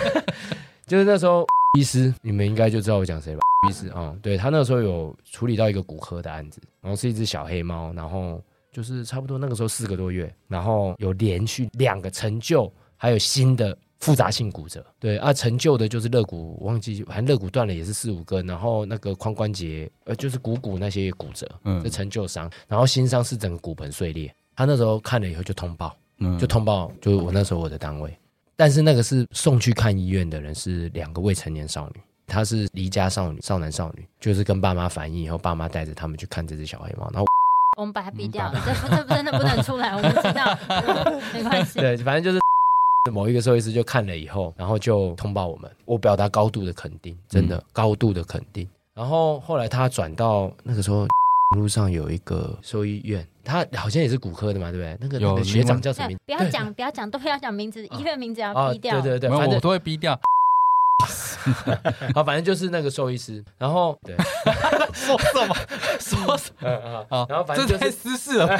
E: <laughs> 就是那时候医师，你们应该就知道我讲谁吧。医师啊、嗯对他那时候有处理到一个骨科的案子，然后是一只小黑猫，然后就是差不多那个时候四个多月，然后有连续两个成就，还有新的复杂性骨折。对啊，成就的就是肋骨，忘记反正肋骨断了也是四五根，然后那个髋关节呃就是股骨那些骨折，
B: 嗯
E: 这成就伤，然后新伤是整个骨盆碎裂。他那时候看了以后就通报，
B: 嗯
E: 就通报，就是我那时候我的单位。但是那个是送去看医院的人是两个未成年少女，她是离家少女、少男少女，就是跟爸妈反映以后，爸妈带着他们去看这只小黑猫，然后
A: 我们把它毙掉，
E: 嗯
A: 这不这不真的不能出来，我们知
E: <laughs>
A: 道，没关系。
E: <laughs> 对，反正就是 <laughs> 某一个兽医师就看了以后，然后就通报我们，我表达高度的肯定，真的、高度的肯定。然后后来他转到那个时候路上有一个兽医院，他好像也是骨科的嘛，对不对？那个
B: 有
E: 那个学长叫什么名
A: 对
E: 字？
A: 不要讲，不要讲，都不要讲名字，医院名字要
E: 啊，
A: 毙
E: 对
A: 掉。
E: 对对，
B: 没
E: 反
B: 有我
E: 正
B: 都会逼掉，
E: 啊，反正就是那个兽医师，
B: <laughs>
E: 然后对，
B: 说什
E: <laughs>
B: 么说什
E: 嗯嗯
B: 么？
E: 然后反正
B: 这
E: 就
B: 太
E: 是
B: 私事了
E: <laughs>
B: 吧，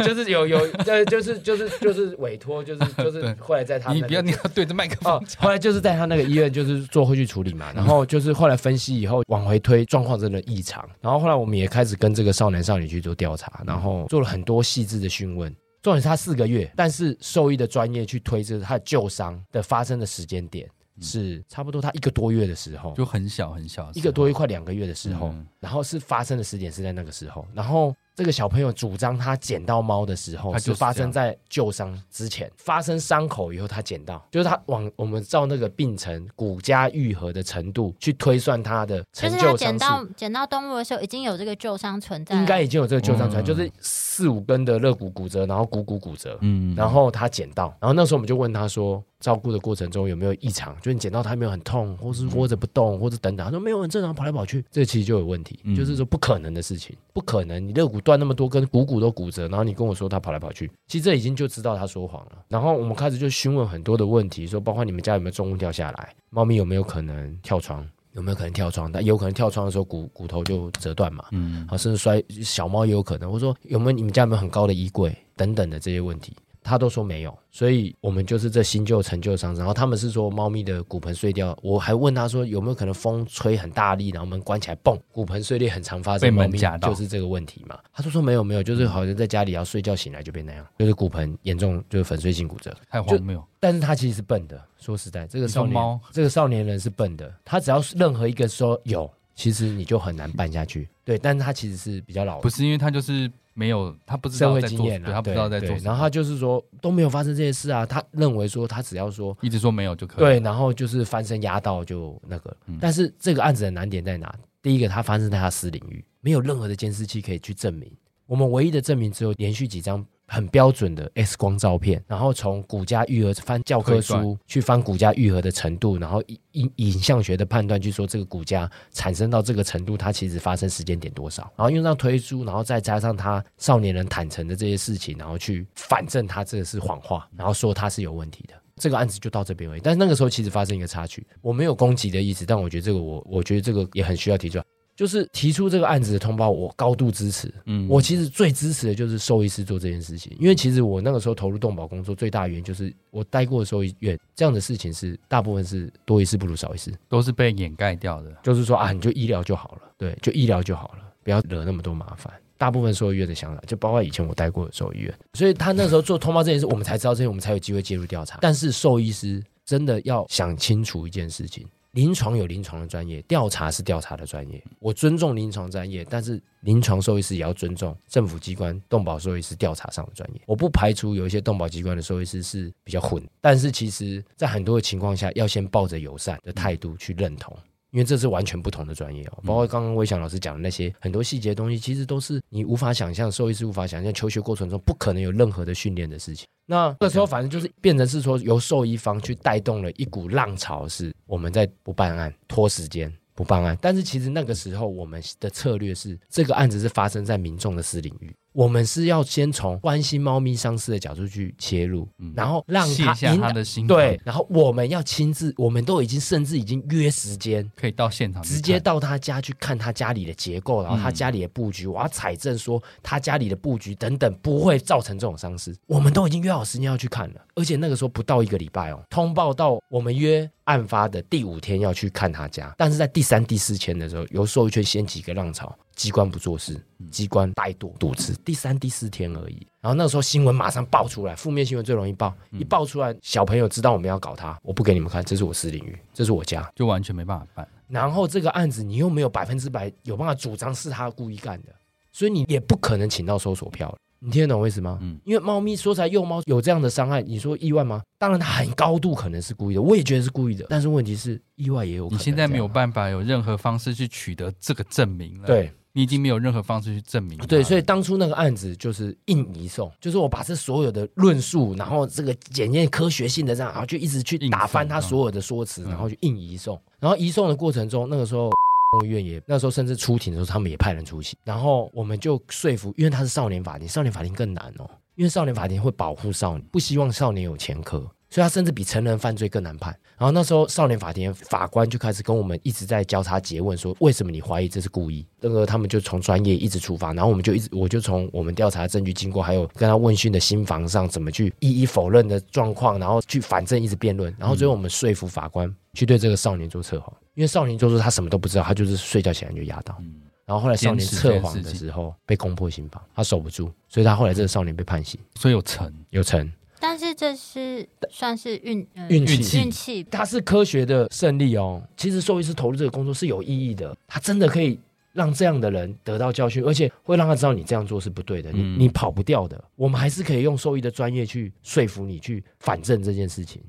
E: 就是有有呃，就是就是就是委托，就是就
B: <laughs>
E: 是
B: 对
E: 后来在他
B: 你
E: 那
B: 不要
E: 个
B: 你要对着麦克风
E: <laughs>
B: <laughs>
E: 哦，后来就是在他那个医院就是做后续处理嘛，然后就是后来分析以后往回推，状况真的异常。然后后来我们也开始跟这个少男少女去做调查，然后做了很多细致的询问。重点是他四个月，但是兽医的专业去推测他的旧伤的发生的时间点是差不多他一个多月的时候，
B: 就很小很小的时候，
E: 一个多月快两个月的时候，
B: 嗯
E: 然后是发生的时点是在那个时候，然后这个小朋友主张他捡到猫的时候
B: 他就是是
E: 发生在旧伤之前，发生伤口以后他捡到，就是他往我们照那个病程骨痂愈合的程度去推算他的
A: 就
E: 成
A: 是他
E: 就
A: 捡
E: 伤
A: 到
E: 势。
A: 捡到动物的时候，已经有这个旧伤存在了，
E: 应该已经有这个旧伤出来，
B: 嗯
E: 就是四五根的肋骨骨折，然后股骨骨折，
B: 嗯
E: 然后他捡到，然后那时候我们就问他说，照顾的过程中有没有异常？就是你捡到他有没有很痛，或是窝着不动，或是等等。他说没有，很正常，跑来跑去。这其实就有问题，
B: 嗯
E: 就是说不可能的事情，不可能。你肋骨断那么多根，股骨都骨折，然后你跟我说他跑来跑去，其实这已经就知道他说谎了。然后我们开始就询问很多的问题，说包括你们家有没有重物掉下来，猫咪有没有可能跳窗，有没有可能跳窗？但有可能跳窗的时候骨骨头就折断嘛。
B: 嗯
E: 啊，甚至摔小猫也有可能。我说有没有你们家有没有很高的衣柜等等的这些问题，他都说没有，所以我们就是这新旧成就伤。然后他们是说猫咪的骨盆碎掉，我还问他说有没有可能风吹很大力，然后门关起来，嘣，骨盆碎裂很常发
B: 被
E: 生，猫
B: 门
E: 咪
B: 夹到
E: 就是这个问题嘛。他就说没有没有，就是好像在家里要睡觉醒来就变那样，就是骨盆严重就是粉碎性骨折。
B: 太荒谬，
E: 但是他其实是笨的，说实在，这个
B: 你说
E: 少年
B: 猫
E: 这个少年人是笨的，他只要是任何一个说有。其实你就很难办下去。对，但是他其实是比较老的
B: 不是因为他就是没有，他不知
E: 社
B: 道
E: 会
B: 在
E: 经
B: 做什
E: 验
B: 么，
E: 啊
B: 对他不知道在做
E: 对
B: 什么，
E: 然后他就是说都没有发生这些事啊，他认为说他只要说
B: 一直说没有就可以。
E: 对，，然后就是翻身压到就那个了
B: 嗯。
E: 但是这个案子的难点在哪？第一个，它发生在他私领域，没有任何的监视器可以去证明。我们唯一的证明只有连续几张很标准的 X 光照片，然后从骨架愈合翻教科
B: 推
E: 书
B: 断
E: 去翻骨架愈合的程度，然后影影影像学的判断去说这个骨架产生到这个程度，它其实发生时间点多少，然后用上推出，然后再加上他少年人坦诚的这些事情，然后去反证他这个是谎话，然后说他是有问题的。这个案子就到这边而已。但是那个时候其实发生一个插曲，我没有攻击的意思，但我觉得这个我我觉得这个也很需要提出来，就是提出这个案子的通报，我高度支持。
B: 嗯
E: 我其实最支持的就是兽医师做这件事情，因为其实我那个时候投入动保工作最大的原因就是我待过的兽医院这样的事情是大部分是多一事不如少一事，
B: 都是被掩盖掉的。
E: 就是说啊，你就医疗就好了，对，就医疗就好了，不要惹那么多麻烦。大部分兽医院的想法，就包括以前我待过的兽医院，所以他那时候做通报这件事，我们才知道这些，我们才有机会介入调查。但是兽医师真的要想清楚一件事情：临床有临床的专业，调查是调查的专业。我尊重临床专业，但是临床兽医师也要尊重政府机关动保兽医师调查上的专业。我不排除有一些动保机关的兽医师是比较混，但是其实在很多的情况下，要先抱着友善的态度去认同。因为这是完全不同的专业哦，
B: 嗯
E: 包括刚刚魏翔老师讲的那些很多细节的东西，其实都是你无法想象，兽医师无法想象，求学过程中不可能有任何的训练的事情。
B: 啊
E: 那这时候反正就是变成是说，由兽医方去带动了一股浪潮，是我们在不办案、拖时间、不办案。但是其实那个时候我们的策略是，这个案子是发生在民众的私领域，我们是要先从关心猫咪伤势的角度去切入，
B: 嗯
E: 然后让
B: 卸
E: 他
B: 下
E: 引
B: 他
E: 导。
B: 的心，
E: 对，，然后我们要亲自，我们都已经甚至已经约时间，
B: 可以到现场去看
E: 直接到他家去看他家里的结构，然后他家里的布局，我要采证说他家里的布局等等不会造成这种伤势。我们都已经约好时间要去看了，而且那个时候不到一个礼拜哦，通报到我们约案发的第五天要去看他家，但是在第三、第四天的时候，由兽医圈掀起一个浪潮，机关不做事，机关怠惰渎职，第三、第四天而已。然后那时候新闻马上爆出来，负面新闻最容易爆，一爆出来，小朋友知道我们要搞他，我不给你们看，这是我私领域，这是我家，
B: 就完全没办法办。
E: 然后这个案子你又没有百分之百有办法主张是他故意干的，所以你也不可能请到搜索票。你听得懂我意思吗？
B: 嗯
E: 因为猫咪说起来幼猫有这样的伤害，你说意外吗？当然，它很高度可能是故意的，我也觉得是故意的。但是问题是，意外也有可
B: 你
E: 能。
B: 现在没有，办法有任何方式去取得这个证明了，，
E: 对
B: 你已经没有任何方式去证明它了。
E: 对，所以当初那个案子就是硬移送，就是我把这所有的论述，然后这个检验科学性的这样，然后就一直去
B: 硬
E: 打翻
B: 送
E: 他
B: 嗯
E: 所有的说辞，
B: 嗯
E: 然后就硬移送。然后移送的过程中，那个时候动物医院也那时候甚至出庭的时候，他们也派人出席，然后我们就说服，因为他是少年法庭，少年法庭更难哦，因为少年法庭会保护少年，不希望少年有前科。所以他甚至比成人犯罪更难判。然后那时候少年法庭的法官就开始跟我们一直在交叉诘问，说为什么你怀疑这是故意？那个他们就从专业一直出发，然后我们就一直我就从我们调查证据经过，还有跟他问讯的新房上怎么去一一否认的状况，然后去反正一直辩论，然后最后我们说服法官去对这个少年做测谎，因为少年就说他什么都不知道，他就是睡觉起来就压倒。
B: 嗯，
E: 然后后来少年
B: 监视
E: 测
B: 这件
E: 谎
B: 事
E: 的
B: 情
E: 时候被攻破刑房，他守不住，所以他后来这个少年被判刑
B: 所以有成，
E: 有成。
A: 但是这是算是运呃
E: 运气
A: 运气
E: 它是科学的胜利哦。其实兽医师投入这个工作是有意义的，他真的可以让这样的人得到教训，而且会让他知道你这样做是不对的，你
B: 嗯
E: 你跑不掉的。我们还是可以用兽医的专业去说服你，去反证这件事情。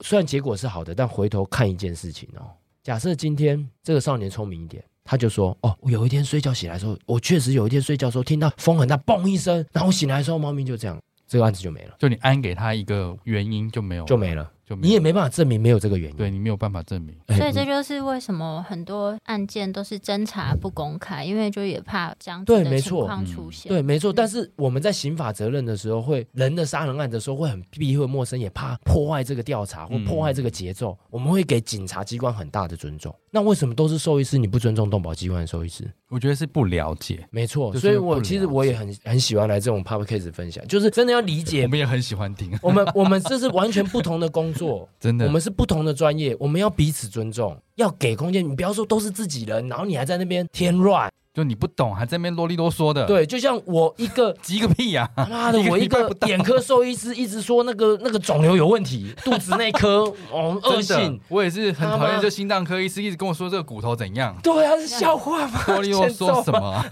E: 虽然结果是好的，但回头看一件事情哦，假设今天这个少年聪明一点。他就说：“哦，我有一天睡觉醒来的时候，我确实有一天睡觉的时候听到风很大，嘣一声，然后醒来的时候，猫咪就这样，这个案子就没了，
B: 就你安给他一个原因就没有，
E: 就没了。
B: 就没有
E: 你也没办法证明没有这个原因。
B: 对你没有办法证明。
E: 哎，
A: 所以这就是为什么很多案件都是侦查不公开，因为就也怕这样
E: 对
A: 子的
E: 没
A: 情
E: 错
A: 况
B: 嗯
A: 出现。
E: 对，没错。
A: 嗯
E: 但是我们在刑法责任的时候会，人的杀人案的时候会很避讳陌生，也怕破坏这个调查或
B: 嗯
E: 破坏这个节奏。我们会给警察机关很大的尊重。那为什么都是兽医师，你不尊重动保机关的兽医师？
B: 我觉得是不了解，
E: 没错，
B: 就是
E: 所以
B: 不
E: 我
B: 了
E: 其实我也
B: 解
E: 很很喜欢来这种 p u b c a s e 分享，就是真的要理
B: 我
E: 解。
B: 们也很喜欢听。
E: 我们我们这是完全不同的工作，
B: <laughs> 真的
E: 我们是不同的专业，我们要彼此尊重，要给空间。你不要说都是自己人，然后你还在那边添乱。
B: 就你不懂，还在那边啰里啰嗦的，，
E: 对，就像我一个
B: 急个屁呀、
E: 妈的，
B: 一个
E: 我一
B: 礼拜
E: 个
B: 不到
E: 眼科兽医师一直说那个那个肿瘤有
B: <laughs>
E: 问题，肚子那颗哦 <laughs> 恶
B: 真的
E: 性。，
B: 我也是很
E: 他妈
B: 讨厌，就心脏科医师一直跟我说这个骨头怎样，
E: 对啊，是笑
B: <laughs>
E: 话吗？
B: 啰
E: <laughs>
B: 里啰嗦什么啊？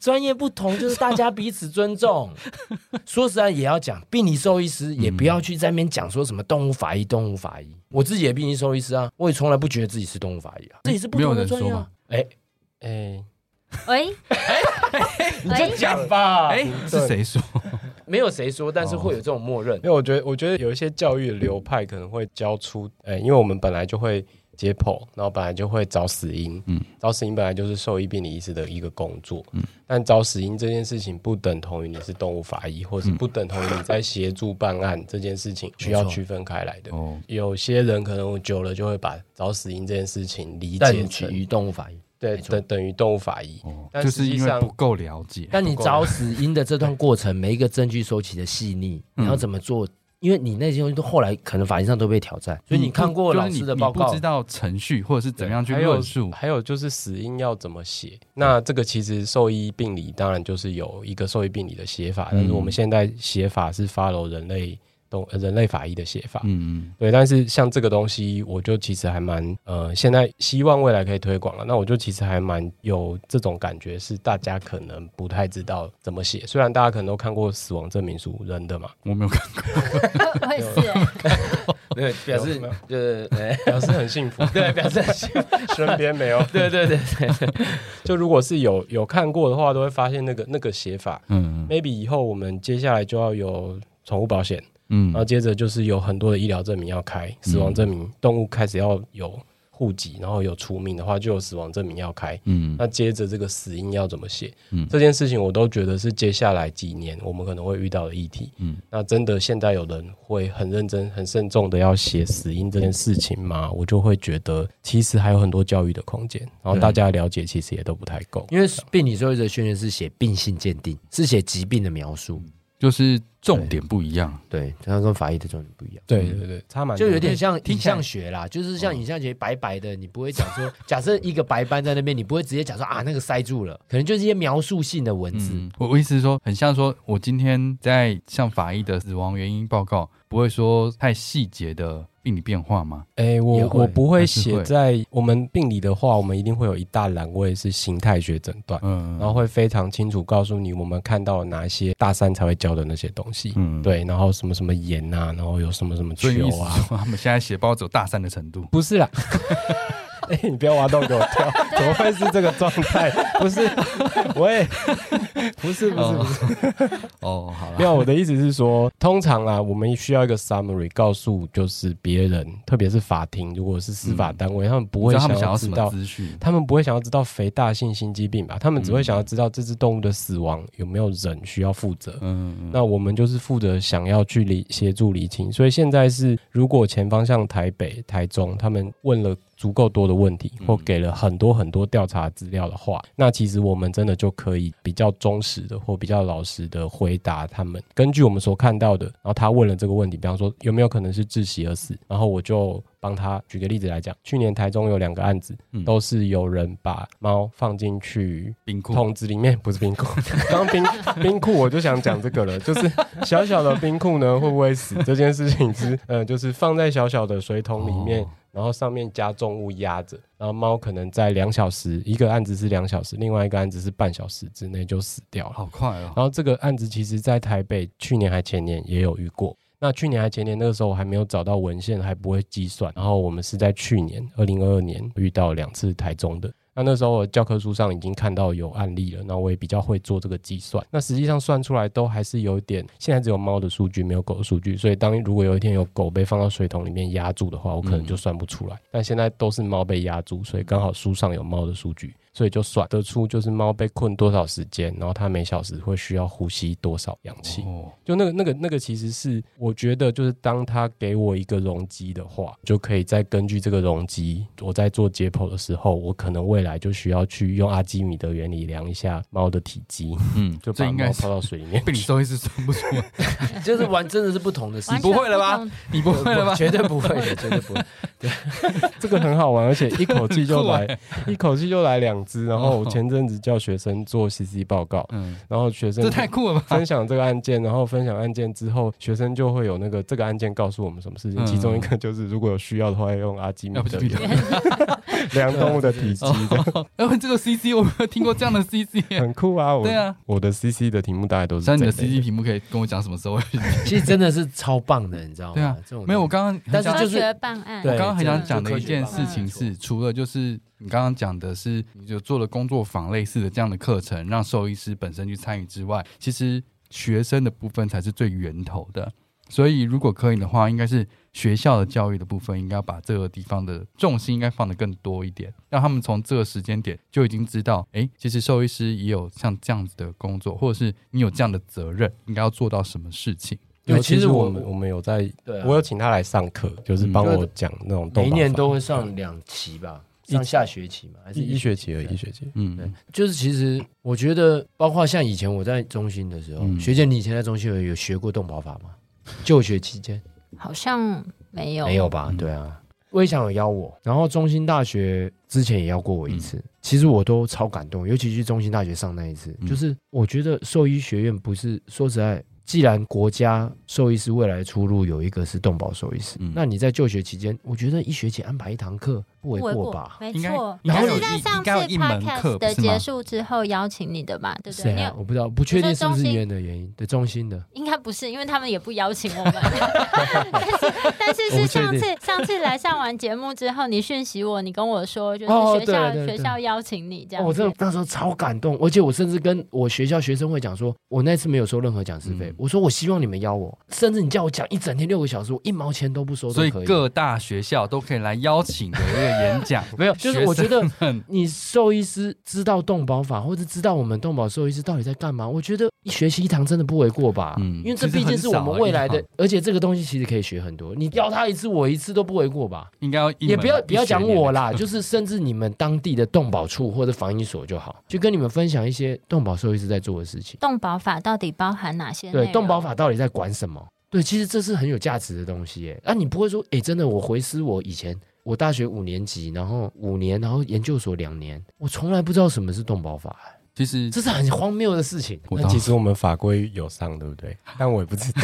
E: 专业不同，就是大家彼此
B: <laughs>
E: 尊重。说实在，也要讲病理兽医师，也不要去在那边讲说什么动物法医、动物法医。我自己也病理兽医师啊，我也从来不觉得自己是动物法医啊，
B: 嗯
E: 这也是不同的专业、啊。
F: 哎哎，
B: <laughs>
A: <laughs> 喂，
E: 你就讲吧，
B: 哎、
E: 哎，
B: <laughs> 是谁说？
E: 没有谁说，但是会有这种默认
F: 因。为我觉得，我觉得有一些教育的流派可能会教出，哎，因为我们本来就会解剖，然后本来就会找死因，
B: 嗯
F: 嗯，找死因本来就是兽医病理医师的一个工作，嗯，但找死因这件事情不等同于你是动物法医，或是不等同于你在协助办案这件事情需要
E: 嗯 <laughs> 没错
F: 区分开来的。
B: 哦，
F: 有些人可能久了就会把找死因这件事情理解
E: 等
F: 成
E: 于动物法医，
F: 对
E: 没错
F: 等等于动物法医，
B: 哦
F: 但
B: 就
F: 实
B: 是
F: 际
B: 因为
F: 上
B: 不够了解，
E: 但你找死因的这段过程，每一个证据收集的细腻，你要怎么做？因为你那些东西都后来可能法庭上都被挑战，所以你看过
B: 就
E: 老
B: 是你
E: 师的报
B: 你
E: 告
B: 不知，道程序或者是怎么样去
F: 还有
B: 论述，
F: 还有就是死因要怎么写？那这个其实兽医病理当然就是有一个兽医病理的写
B: 嗯
F: 法，但是我们现在写法是 follow 人类动呃人类法医的写法。
B: 嗯嗯，
F: 对，但是像这个东西，我就其实还蛮呃，现在希望未来可以推广了。那我就其实还蛮有这种感觉，是大家可能不太知道怎么写。虽然大家可能都看过死亡证明书，人的嘛，
B: 我没有看过，
A: 我也
B: <laughs>
A: 是、欸，
E: 对，表示
F: 有
E: <laughs> 就是哎
F: 表示很幸福。
E: <laughs> 对，表示
F: <laughs> 身边没有。
E: 对对对对，
F: 就如果是有有看过的话，都会发现那个那个写法
B: 嗯
F: ，maybe 以后我们接下来就要有宠物保险，
B: 嗯
F: 然后接着就是有很多的医疗证明要开，死
E: 嗯
F: 亡证明，动物开始要有户籍，然后有除名的话就有死亡证明要开。
B: 嗯
F: 那接着这个死因要怎么写？
B: 嗯
F: 这件事情我都觉得是接下来几年我们可能会遇到的议题。
B: 嗯
F: 那真的现在有人会很认真、很慎重的要写死因这件事情吗？我就会觉得其实还有很多教育的空间，然后大家了解其实也都不太够。
E: 因为病理兽医的训练是写病性鉴定，是写疾病的描述，
B: 就是重点不一样，
E: 对，它跟法医的重点不一样。
F: 对对对，差蛮多
E: 就
F: 的
E: 有点像
B: 听
E: 影
B: 起来
E: 像学啦，就是像影像学白白的，你不会讲说， <laughs> 假设一个白斑在那边，你不会直接讲说啊那个塞住了，可能就是一些描述性的文字。
B: 嗯，我我意思是说，很像说，我今天在向法医的死亡原因报告，不会说太细节的病理变化吗？
F: 哎，我
E: 也会
F: 我不会
B: 还是
F: 写
B: 会
F: 在我们病理的话，我们一定会有一大栏位是形态学诊断，
B: 嗯，
F: 然后会非常清楚告诉你我们看到哪些大三才会教的那些东西。
B: 嗯，
F: 对，然后什么什么盐啊，然后有什么什么
B: 所以意
F: 球
B: 思
F: 啊
B: 是，说，他们现在写报只有大三的程度，
F: 不是啦。 <laughs> 哎、你不要挖洞给我跳， <laughs> 怎么会是这个状 <laughs> 态？不是，我也不是不是不是，
B: 哦，好了，
F: 没有我的意思是说，通常啦，我们需要一个 summary 告诉就是别人，特别是法庭，如果是司法单位，他们不
B: 我
F: 会
B: 知道他们想
F: 要
B: 要什
F: 嗯知
B: 么
F: 道，
B: 资讯？
F: 他们不会想要知道肥大性心肌病吧？他们只会想要知道这只动物的死亡有没有人需要负责。
B: 嗯，
F: 那我们就是负责想要去理协助理清，所以现在是如果前方向台北、台中，他们问了足够多的问题，
B: 嗯
F: 或给了很多很多调查资料的话，那其实我们真的就可以比较忠实的或比较老实的回答他们。根据我们所看到的，然后他问了这个问题，比方说有没有可能是窒息而死，然后我就帮他举个例子来讲，去年台中有两个案子，
B: 嗯
F: 都是有人把猫放进去
B: 冰库
F: 桶子里面不是冰库， <laughs> 刚冰冰库我就想讲这个了，就是小小的冰库呢会不会死这件事情 <laughs> 是，呃，就是放在小小的水桶里面，
B: 哦
F: 然后上面加重物压着，然后猫可能在两小时，一个案子是两小时，另外一个案子是半小时之内就死掉了。
B: 好快哦，
F: 然后这个案子其实在台北去年还前年也有遇过。那去年还前年那个时候还没有找到文献，还不会计算。然后我们是在去年二零二二年遇到两次台中的。那那时候我教科书上已经看到有案例了，那我也比较会做这个计算。那实际上算出来都还是有一点，现在只有猫的数据，没有狗的数据。所以当如果有一天有狗被放到水桶里面压住的话，我可能就算不出来。但现在都是猫被压住，所以刚好书上有猫的数据。所以就算得出就是猫被困多少时间，然后它每小时会需要呼吸多少氧气。
B: 哦，
F: 就那个那个那个，其实是我觉得，就是当他给我一个容积的话，就可以再根据这个容积，我在做解剖的时候，我可能未来就需要去用阿基米德原理量一下猫的体积，
B: 嗯，
F: 就
B: 这
F: 把
B: 应
F: 猫
B: 该
F: 抛
B: 是
F: 到水里面
B: 被你
F: <laughs> 去。
B: 收一次算不出 <laughs> 来，
E: 就是玩真的是不同的事
A: 完
E: 情
A: 全。
B: 不会了吧
A: 同？
B: 你不会了吧？
E: <laughs> 绝对不会的，绝对不会。
F: 这个很好玩，而且一口气就 <laughs>
B: 很
F: 来，一口气就来两只。然后 <laughs>
B: 哦
F: 我前阵子叫学生做 CC 报告，
B: 嗯，
F: 然后学生
B: 这太酷了吧？
F: 分享这个案件，然后分享案件之后，学生就会有那个这个案件告诉我们什么事情。
B: 嗯
F: 其中一个就是如果有需要的话，要用阿基米
B: 要不就
F: 德
B: 比较
F: 原理 <laughs> 量动物的
B: <laughs>
F: 体积，这样
B: 哦，然后这个 CC 我没有听过这样的 CC，耶
F: 很酷啊！我
B: 对啊，
F: 我的 CC 的题目大概都是
B: 像你的
F: 这类
B: CC 屏幕可以跟我讲什么时候？
E: 其实真的是超棒的，你知道吗？
B: 对啊
E: 这种
B: 没有，我刚刚很
E: 但是
B: 想
E: 就
A: 科
E: 是
A: 学办案，
E: 对
B: 我刚刚很
E: 这
B: 想
E: 个
B: 讲的
E: 科
B: 一
E: 学
B: 件
E: 方
B: 事
E: 案
B: 情
E: 没
B: 是，
E: 错
B: 除了就是你刚刚讲的是，你就做了工作坊类似的这样的课程，让兽医师本身去参与之外，其实学生的部分才是最源头的。所以如果可以的话，应该是学校的教育的部分，应该要把这个地方的重心应该放得更多一点，让他们从这个时间点就已经知道，诶，其实兽医师也有像这样子的工作，或者是你有这样的责任，应该要做到什么事情。
F: 对，
E: 对其
F: 其
E: 实
F: 实
E: 我
F: 我们我们有在，
E: 对啊
F: 我有请他来上课，就是帮
E: 嗯
F: 我讲那种动
E: 每一
F: 保
E: 年
F: 法
E: 都会上两期吧，
F: 一
E: 上下学期嘛，还是
F: 一一学期而已，
E: 对
F: 一学期。
E: 对
B: 嗯，，
E: 就是其实我觉得，包括像以前我在中心的时候，
B: 嗯
E: 学姐，你以前在中心有有学过动保法吗？就学期间
A: 好像没有，
E: 没有吧？对啊，魏翔有邀我，然后中心大学之前也邀过我一次，其实我都超感动，尤其去中心大学上那一次，
B: 嗯
E: 就是我觉得兽医学院不是说实在。既然国家兽医师未来的出路有一个是动保兽医师，
B: 嗯
E: 那你在就学期间，我觉得一学期安排一堂课不为
A: 不为
E: 过
A: 过
E: 吧？
A: 没
B: 应该
A: 错。
B: 应该
A: 但
B: 有
A: 是
B: 一
A: 在上
B: 应
A: 次
B: 该有一门课
A: podcast 的
B: 不是吗
A: 结束之后邀请你的嘛，对不对？
E: 谁
A: 你
E: 啊？
A: 有
E: 我不知道，不确
A: 不
E: 定
A: 是
E: 是不
A: 中
E: 是
A: 心
E: 原的原因，对中心的。
A: 应该不是，因为他们也不邀请
E: <laughs>
A: 我们。但是但是是
E: 我不确
A: 上
E: 定
A: 次上次来上完节目之后，你讯息我，你跟我说就是
E: 哦
A: 学校、
E: 对对对
A: 学校邀请你这
E: 哦我
A: 样子。
E: 真的那时候超感动，而且我甚至跟我学校学生会讲说，我那次没有收任何讲师费，
B: 嗯
E: 我说我希望你们邀我，甚至你叫我讲一整天六个小时，我一毛钱都不收都
B: 所以
E: 可以。
B: 各大学校都可以来邀请的一个演讲，
E: 没有， <laughs> 就是
B: 学
E: 我觉得
B: 生们
E: <laughs> 你兽医师知道动保法，或者知道我们动保兽医师到底在干嘛，我觉得一学期一堂真的不为过吧。
B: 嗯
E: 因为这
B: 其实
E: 毕竟
B: 很
E: 是我
B: 少
E: 们
B: 啊
E: 未
B: 一
E: 来的
B: 堂，
E: 而且这个东西其实可以学很多，你邀他一次，我一次都不为过吧。
B: 应该要一门
E: 也不要不要讲我啦，
B: 一学年的课 <laughs>
E: 就是甚至你们当地的动保处或者防疫所就好，就跟你们分享一些动保兽医师在做的事情。
A: 动保法到底包含哪些内容？
E: 对，动保法到底在管什么？对，其实这是很有价值的东西耶。啊，你不会说，哎，真的，我回思我以前我大学五年级，然后五年，然后研究所两年，我从来不知道什么是动保法，哎
B: 其实
E: 这是很荒谬的事情。
B: <laughs> 我
F: 但
B: 倒
F: 其实我们法规有上，对
B: <laughs>
F: 不对？但我也不知道。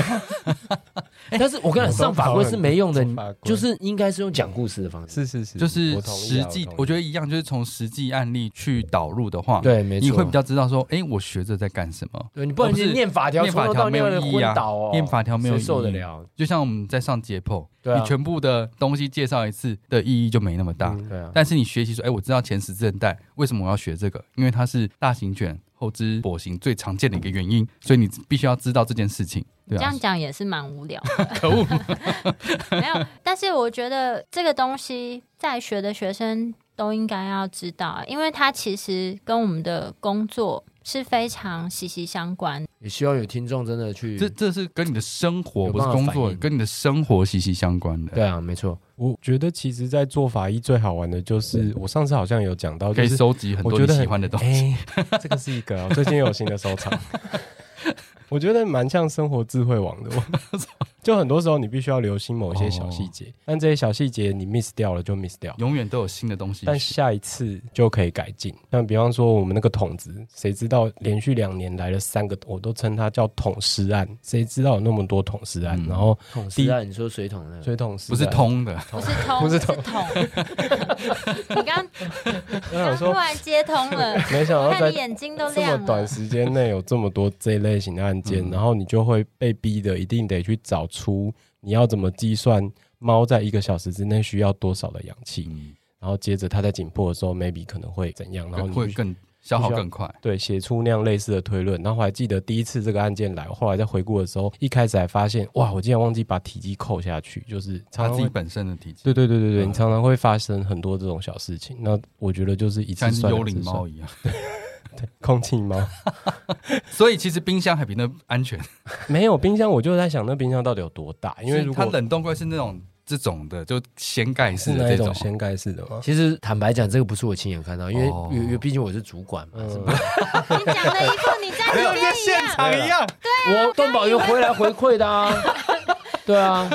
E: 但是我跟你讲，上法规是
B: <laughs>
E: 没用的，
F: 动
E: 你
F: 保法规
E: 就是应该是用讲故事的方式。
F: 是是是，
B: 就是
F: 我同意
B: 实
F: 啊
B: 际，
F: 我
B: 我觉
F: 得
B: 得一样，就是从实际案例去导入的话，，
E: 对，没错，
B: 你会比较知道说，哎，我学着在干什么。
E: 对，你不
B: 而
E: 能
B: 不是
E: 念法条，
B: 念法
E: 从头
B: 条
E: 到
B: 没有
E: 尾
B: 意义
E: 昏
B: 啊
E: 倒哦，
B: 念法条没有
E: 谁受得
B: 意义
E: 了。
B: 就像我们在上解剖，
E: 对啊
B: 你全部的东西介绍一次的意义就没那么大。
E: 对啊，
B: 但是你学习说，哎，我知道前十字韧带，为什么我要学这个？因为它是大型犬后肢跛行最常见的一个原因，所以你必须要知道这件事情。
A: 这
B: 对啊
A: 样，讲也是蛮无
E: <laughs>
A: 聊的。
B: 可恶，
A: <laughs> 没有，但是我觉得这个东西在学的学生都应该要知道，因为它其实跟我们的工作是非常息息相关。
E: 也希望有听众真的
F: 嗯
E: 去
B: 这这是跟你的生活
E: 有
B: 不是
E: 办法
B: 工
E: 反
B: 作，
E: 应
B: 跟你的生活息息相关的。
E: 对啊，没错，
F: 我觉得其实，在做法医最好玩的就是，我上次好像有讲到，
B: 可
F: 就
B: 以
F: 是
B: 收集很
F: 我
B: 多
F: 觉
B: 你
F: 得
B: 喜
F: 很
B: 欢的东西。
F: 哎、这个是一个、哦，最近有新的
B: <laughs>
F: 收藏。我觉得蛮像生活智慧网的，
B: <laughs>
F: 我就很多时候你必须要留心某一些小细
B: 哦
F: 节，但这些小细节你 miss 掉了就 miss 掉，
B: 永远都有新的东西
F: 但啊下一次就可以改进。像比方说我们那个桶子，谁知道连续两年来了三个，我都称它叫桶尸案，谁知道有那么多桶尸案，
B: 嗯
F: 然后
E: 桶
F: 第一
E: 丝啊，你说水桶那个，
F: 水桶尸
B: 不是
F: 案，
B: 通的，
A: 不是通，
F: 不是
A: 是桶。
F: <laughs>
A: 你刚
F: 我
A: 刚
F: 想
A: 突
F: 说
A: 然接通了，
F: 没想
A: 我
F: 到
A: 看
F: 在
A: 你眼睛都
F: 这么
A: 亮
F: 短
A: 了。
F: 时间内有这么多这一类型的案件，
B: 嗯
F: 然后你就会被逼的一定得去找出你要怎么计算猫在一个小时之内需要多少的氧气，
B: 嗯，
F: 然后接着它在紧迫的时候，maybe 可能会怎样，然
B: 更
F: 后你
B: 哎会
F: 必须
B: 更消耗更快。
F: 对，写出那样类似的推论。然后我还记得第一次这个案件来，我后来在回顾的时候，一开始还发现，哇，我竟然忘记把体积扣下去，就是常
B: 他
F: 常
B: 自
F: 会
B: 己本身的体积，
F: 对对对对对，
B: 嗯
F: 你常常会发生很多这种小事情。那我觉得就是一次
B: 像是
F: 算
B: 幽
F: 两次
B: 灵
F: 算
B: 猫一样。 <laughs>
F: 空气猫
B: 所以其实冰箱还比那安全，
F: 没有冰箱，我就在想那冰箱到底有多大，因为
B: 是
F: 如
B: 它
F: 果
B: 冷冻柜是那种这种的，就掀盖式
F: 是
B: 的
F: 那一
B: 这
F: 种掀盖式的吗？
E: 其实坦白讲，这个不是我亲眼看到，因为
B: 哦
E: 因为毕竟我是主管嘛，是 <laughs> 吧
A: 你讲的一副你在
B: 没有
A: 里面
B: 跟
A: 一
B: 现
A: 样。
B: 场一样，
E: 我动保员回来回馈的 <laughs> 啊，对 <laughs> 啊，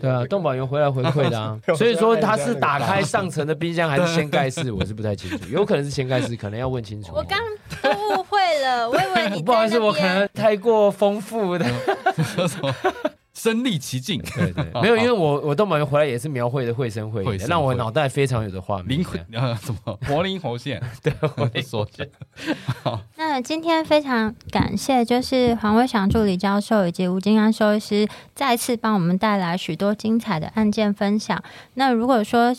E: 对啊，动保员回来回馈的 <laughs> 啊，所以说他是打开上层的冰箱还是掀盖式，我是不太清 <laughs> 楚，有可能是掀盖式，可能要问清楚。
A: 我刚都误会了，我以为你在
E: <laughs> 不好意思，
A: 那
E: 我可
A: 边
E: 能太过丰富的，
B: 身临其
F: <laughs>
B: 境，
E: 对对，没有，因为我我动保员回来也是描绘的绘声绘
B: 绘
E: 影的，
B: 声
E: 让我
B: 绘
E: 脑袋非常有的画面。
B: 灵魂呃什么活灵活
F: <laughs>
B: 现，对，活 <laughs> 灵活现，
A: 那今天非常感谢，就是黄伟翔助理教授以及吴金安兽医师再次帮我们带来许多精彩的案件分享。那如果说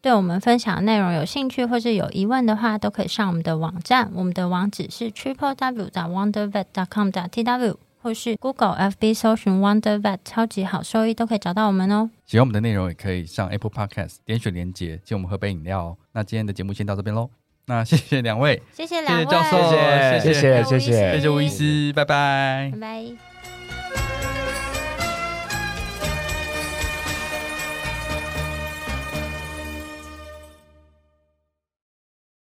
A: 对我们分享的内容有兴趣或是有疑问的话，都可以上我们的网站，我们的网址是 triple w wondervet com t w 或是 Google FB 搜寻 Wondervet 超级好兽医都可以找到我们哦。
B: 喜欢我们的内容，也可以上 Apple Podcast 点选连结，请我们喝杯饮料哦。那今天的节目先到这边喽，那谢谢两位，
A: 谢谢
B: 谢
A: 两
B: 谢
A: 位，
B: 教授，谢
E: 谢谢
B: 谢
E: 谢谢
B: 谢谢吴医师，拜拜
A: 拜。拜。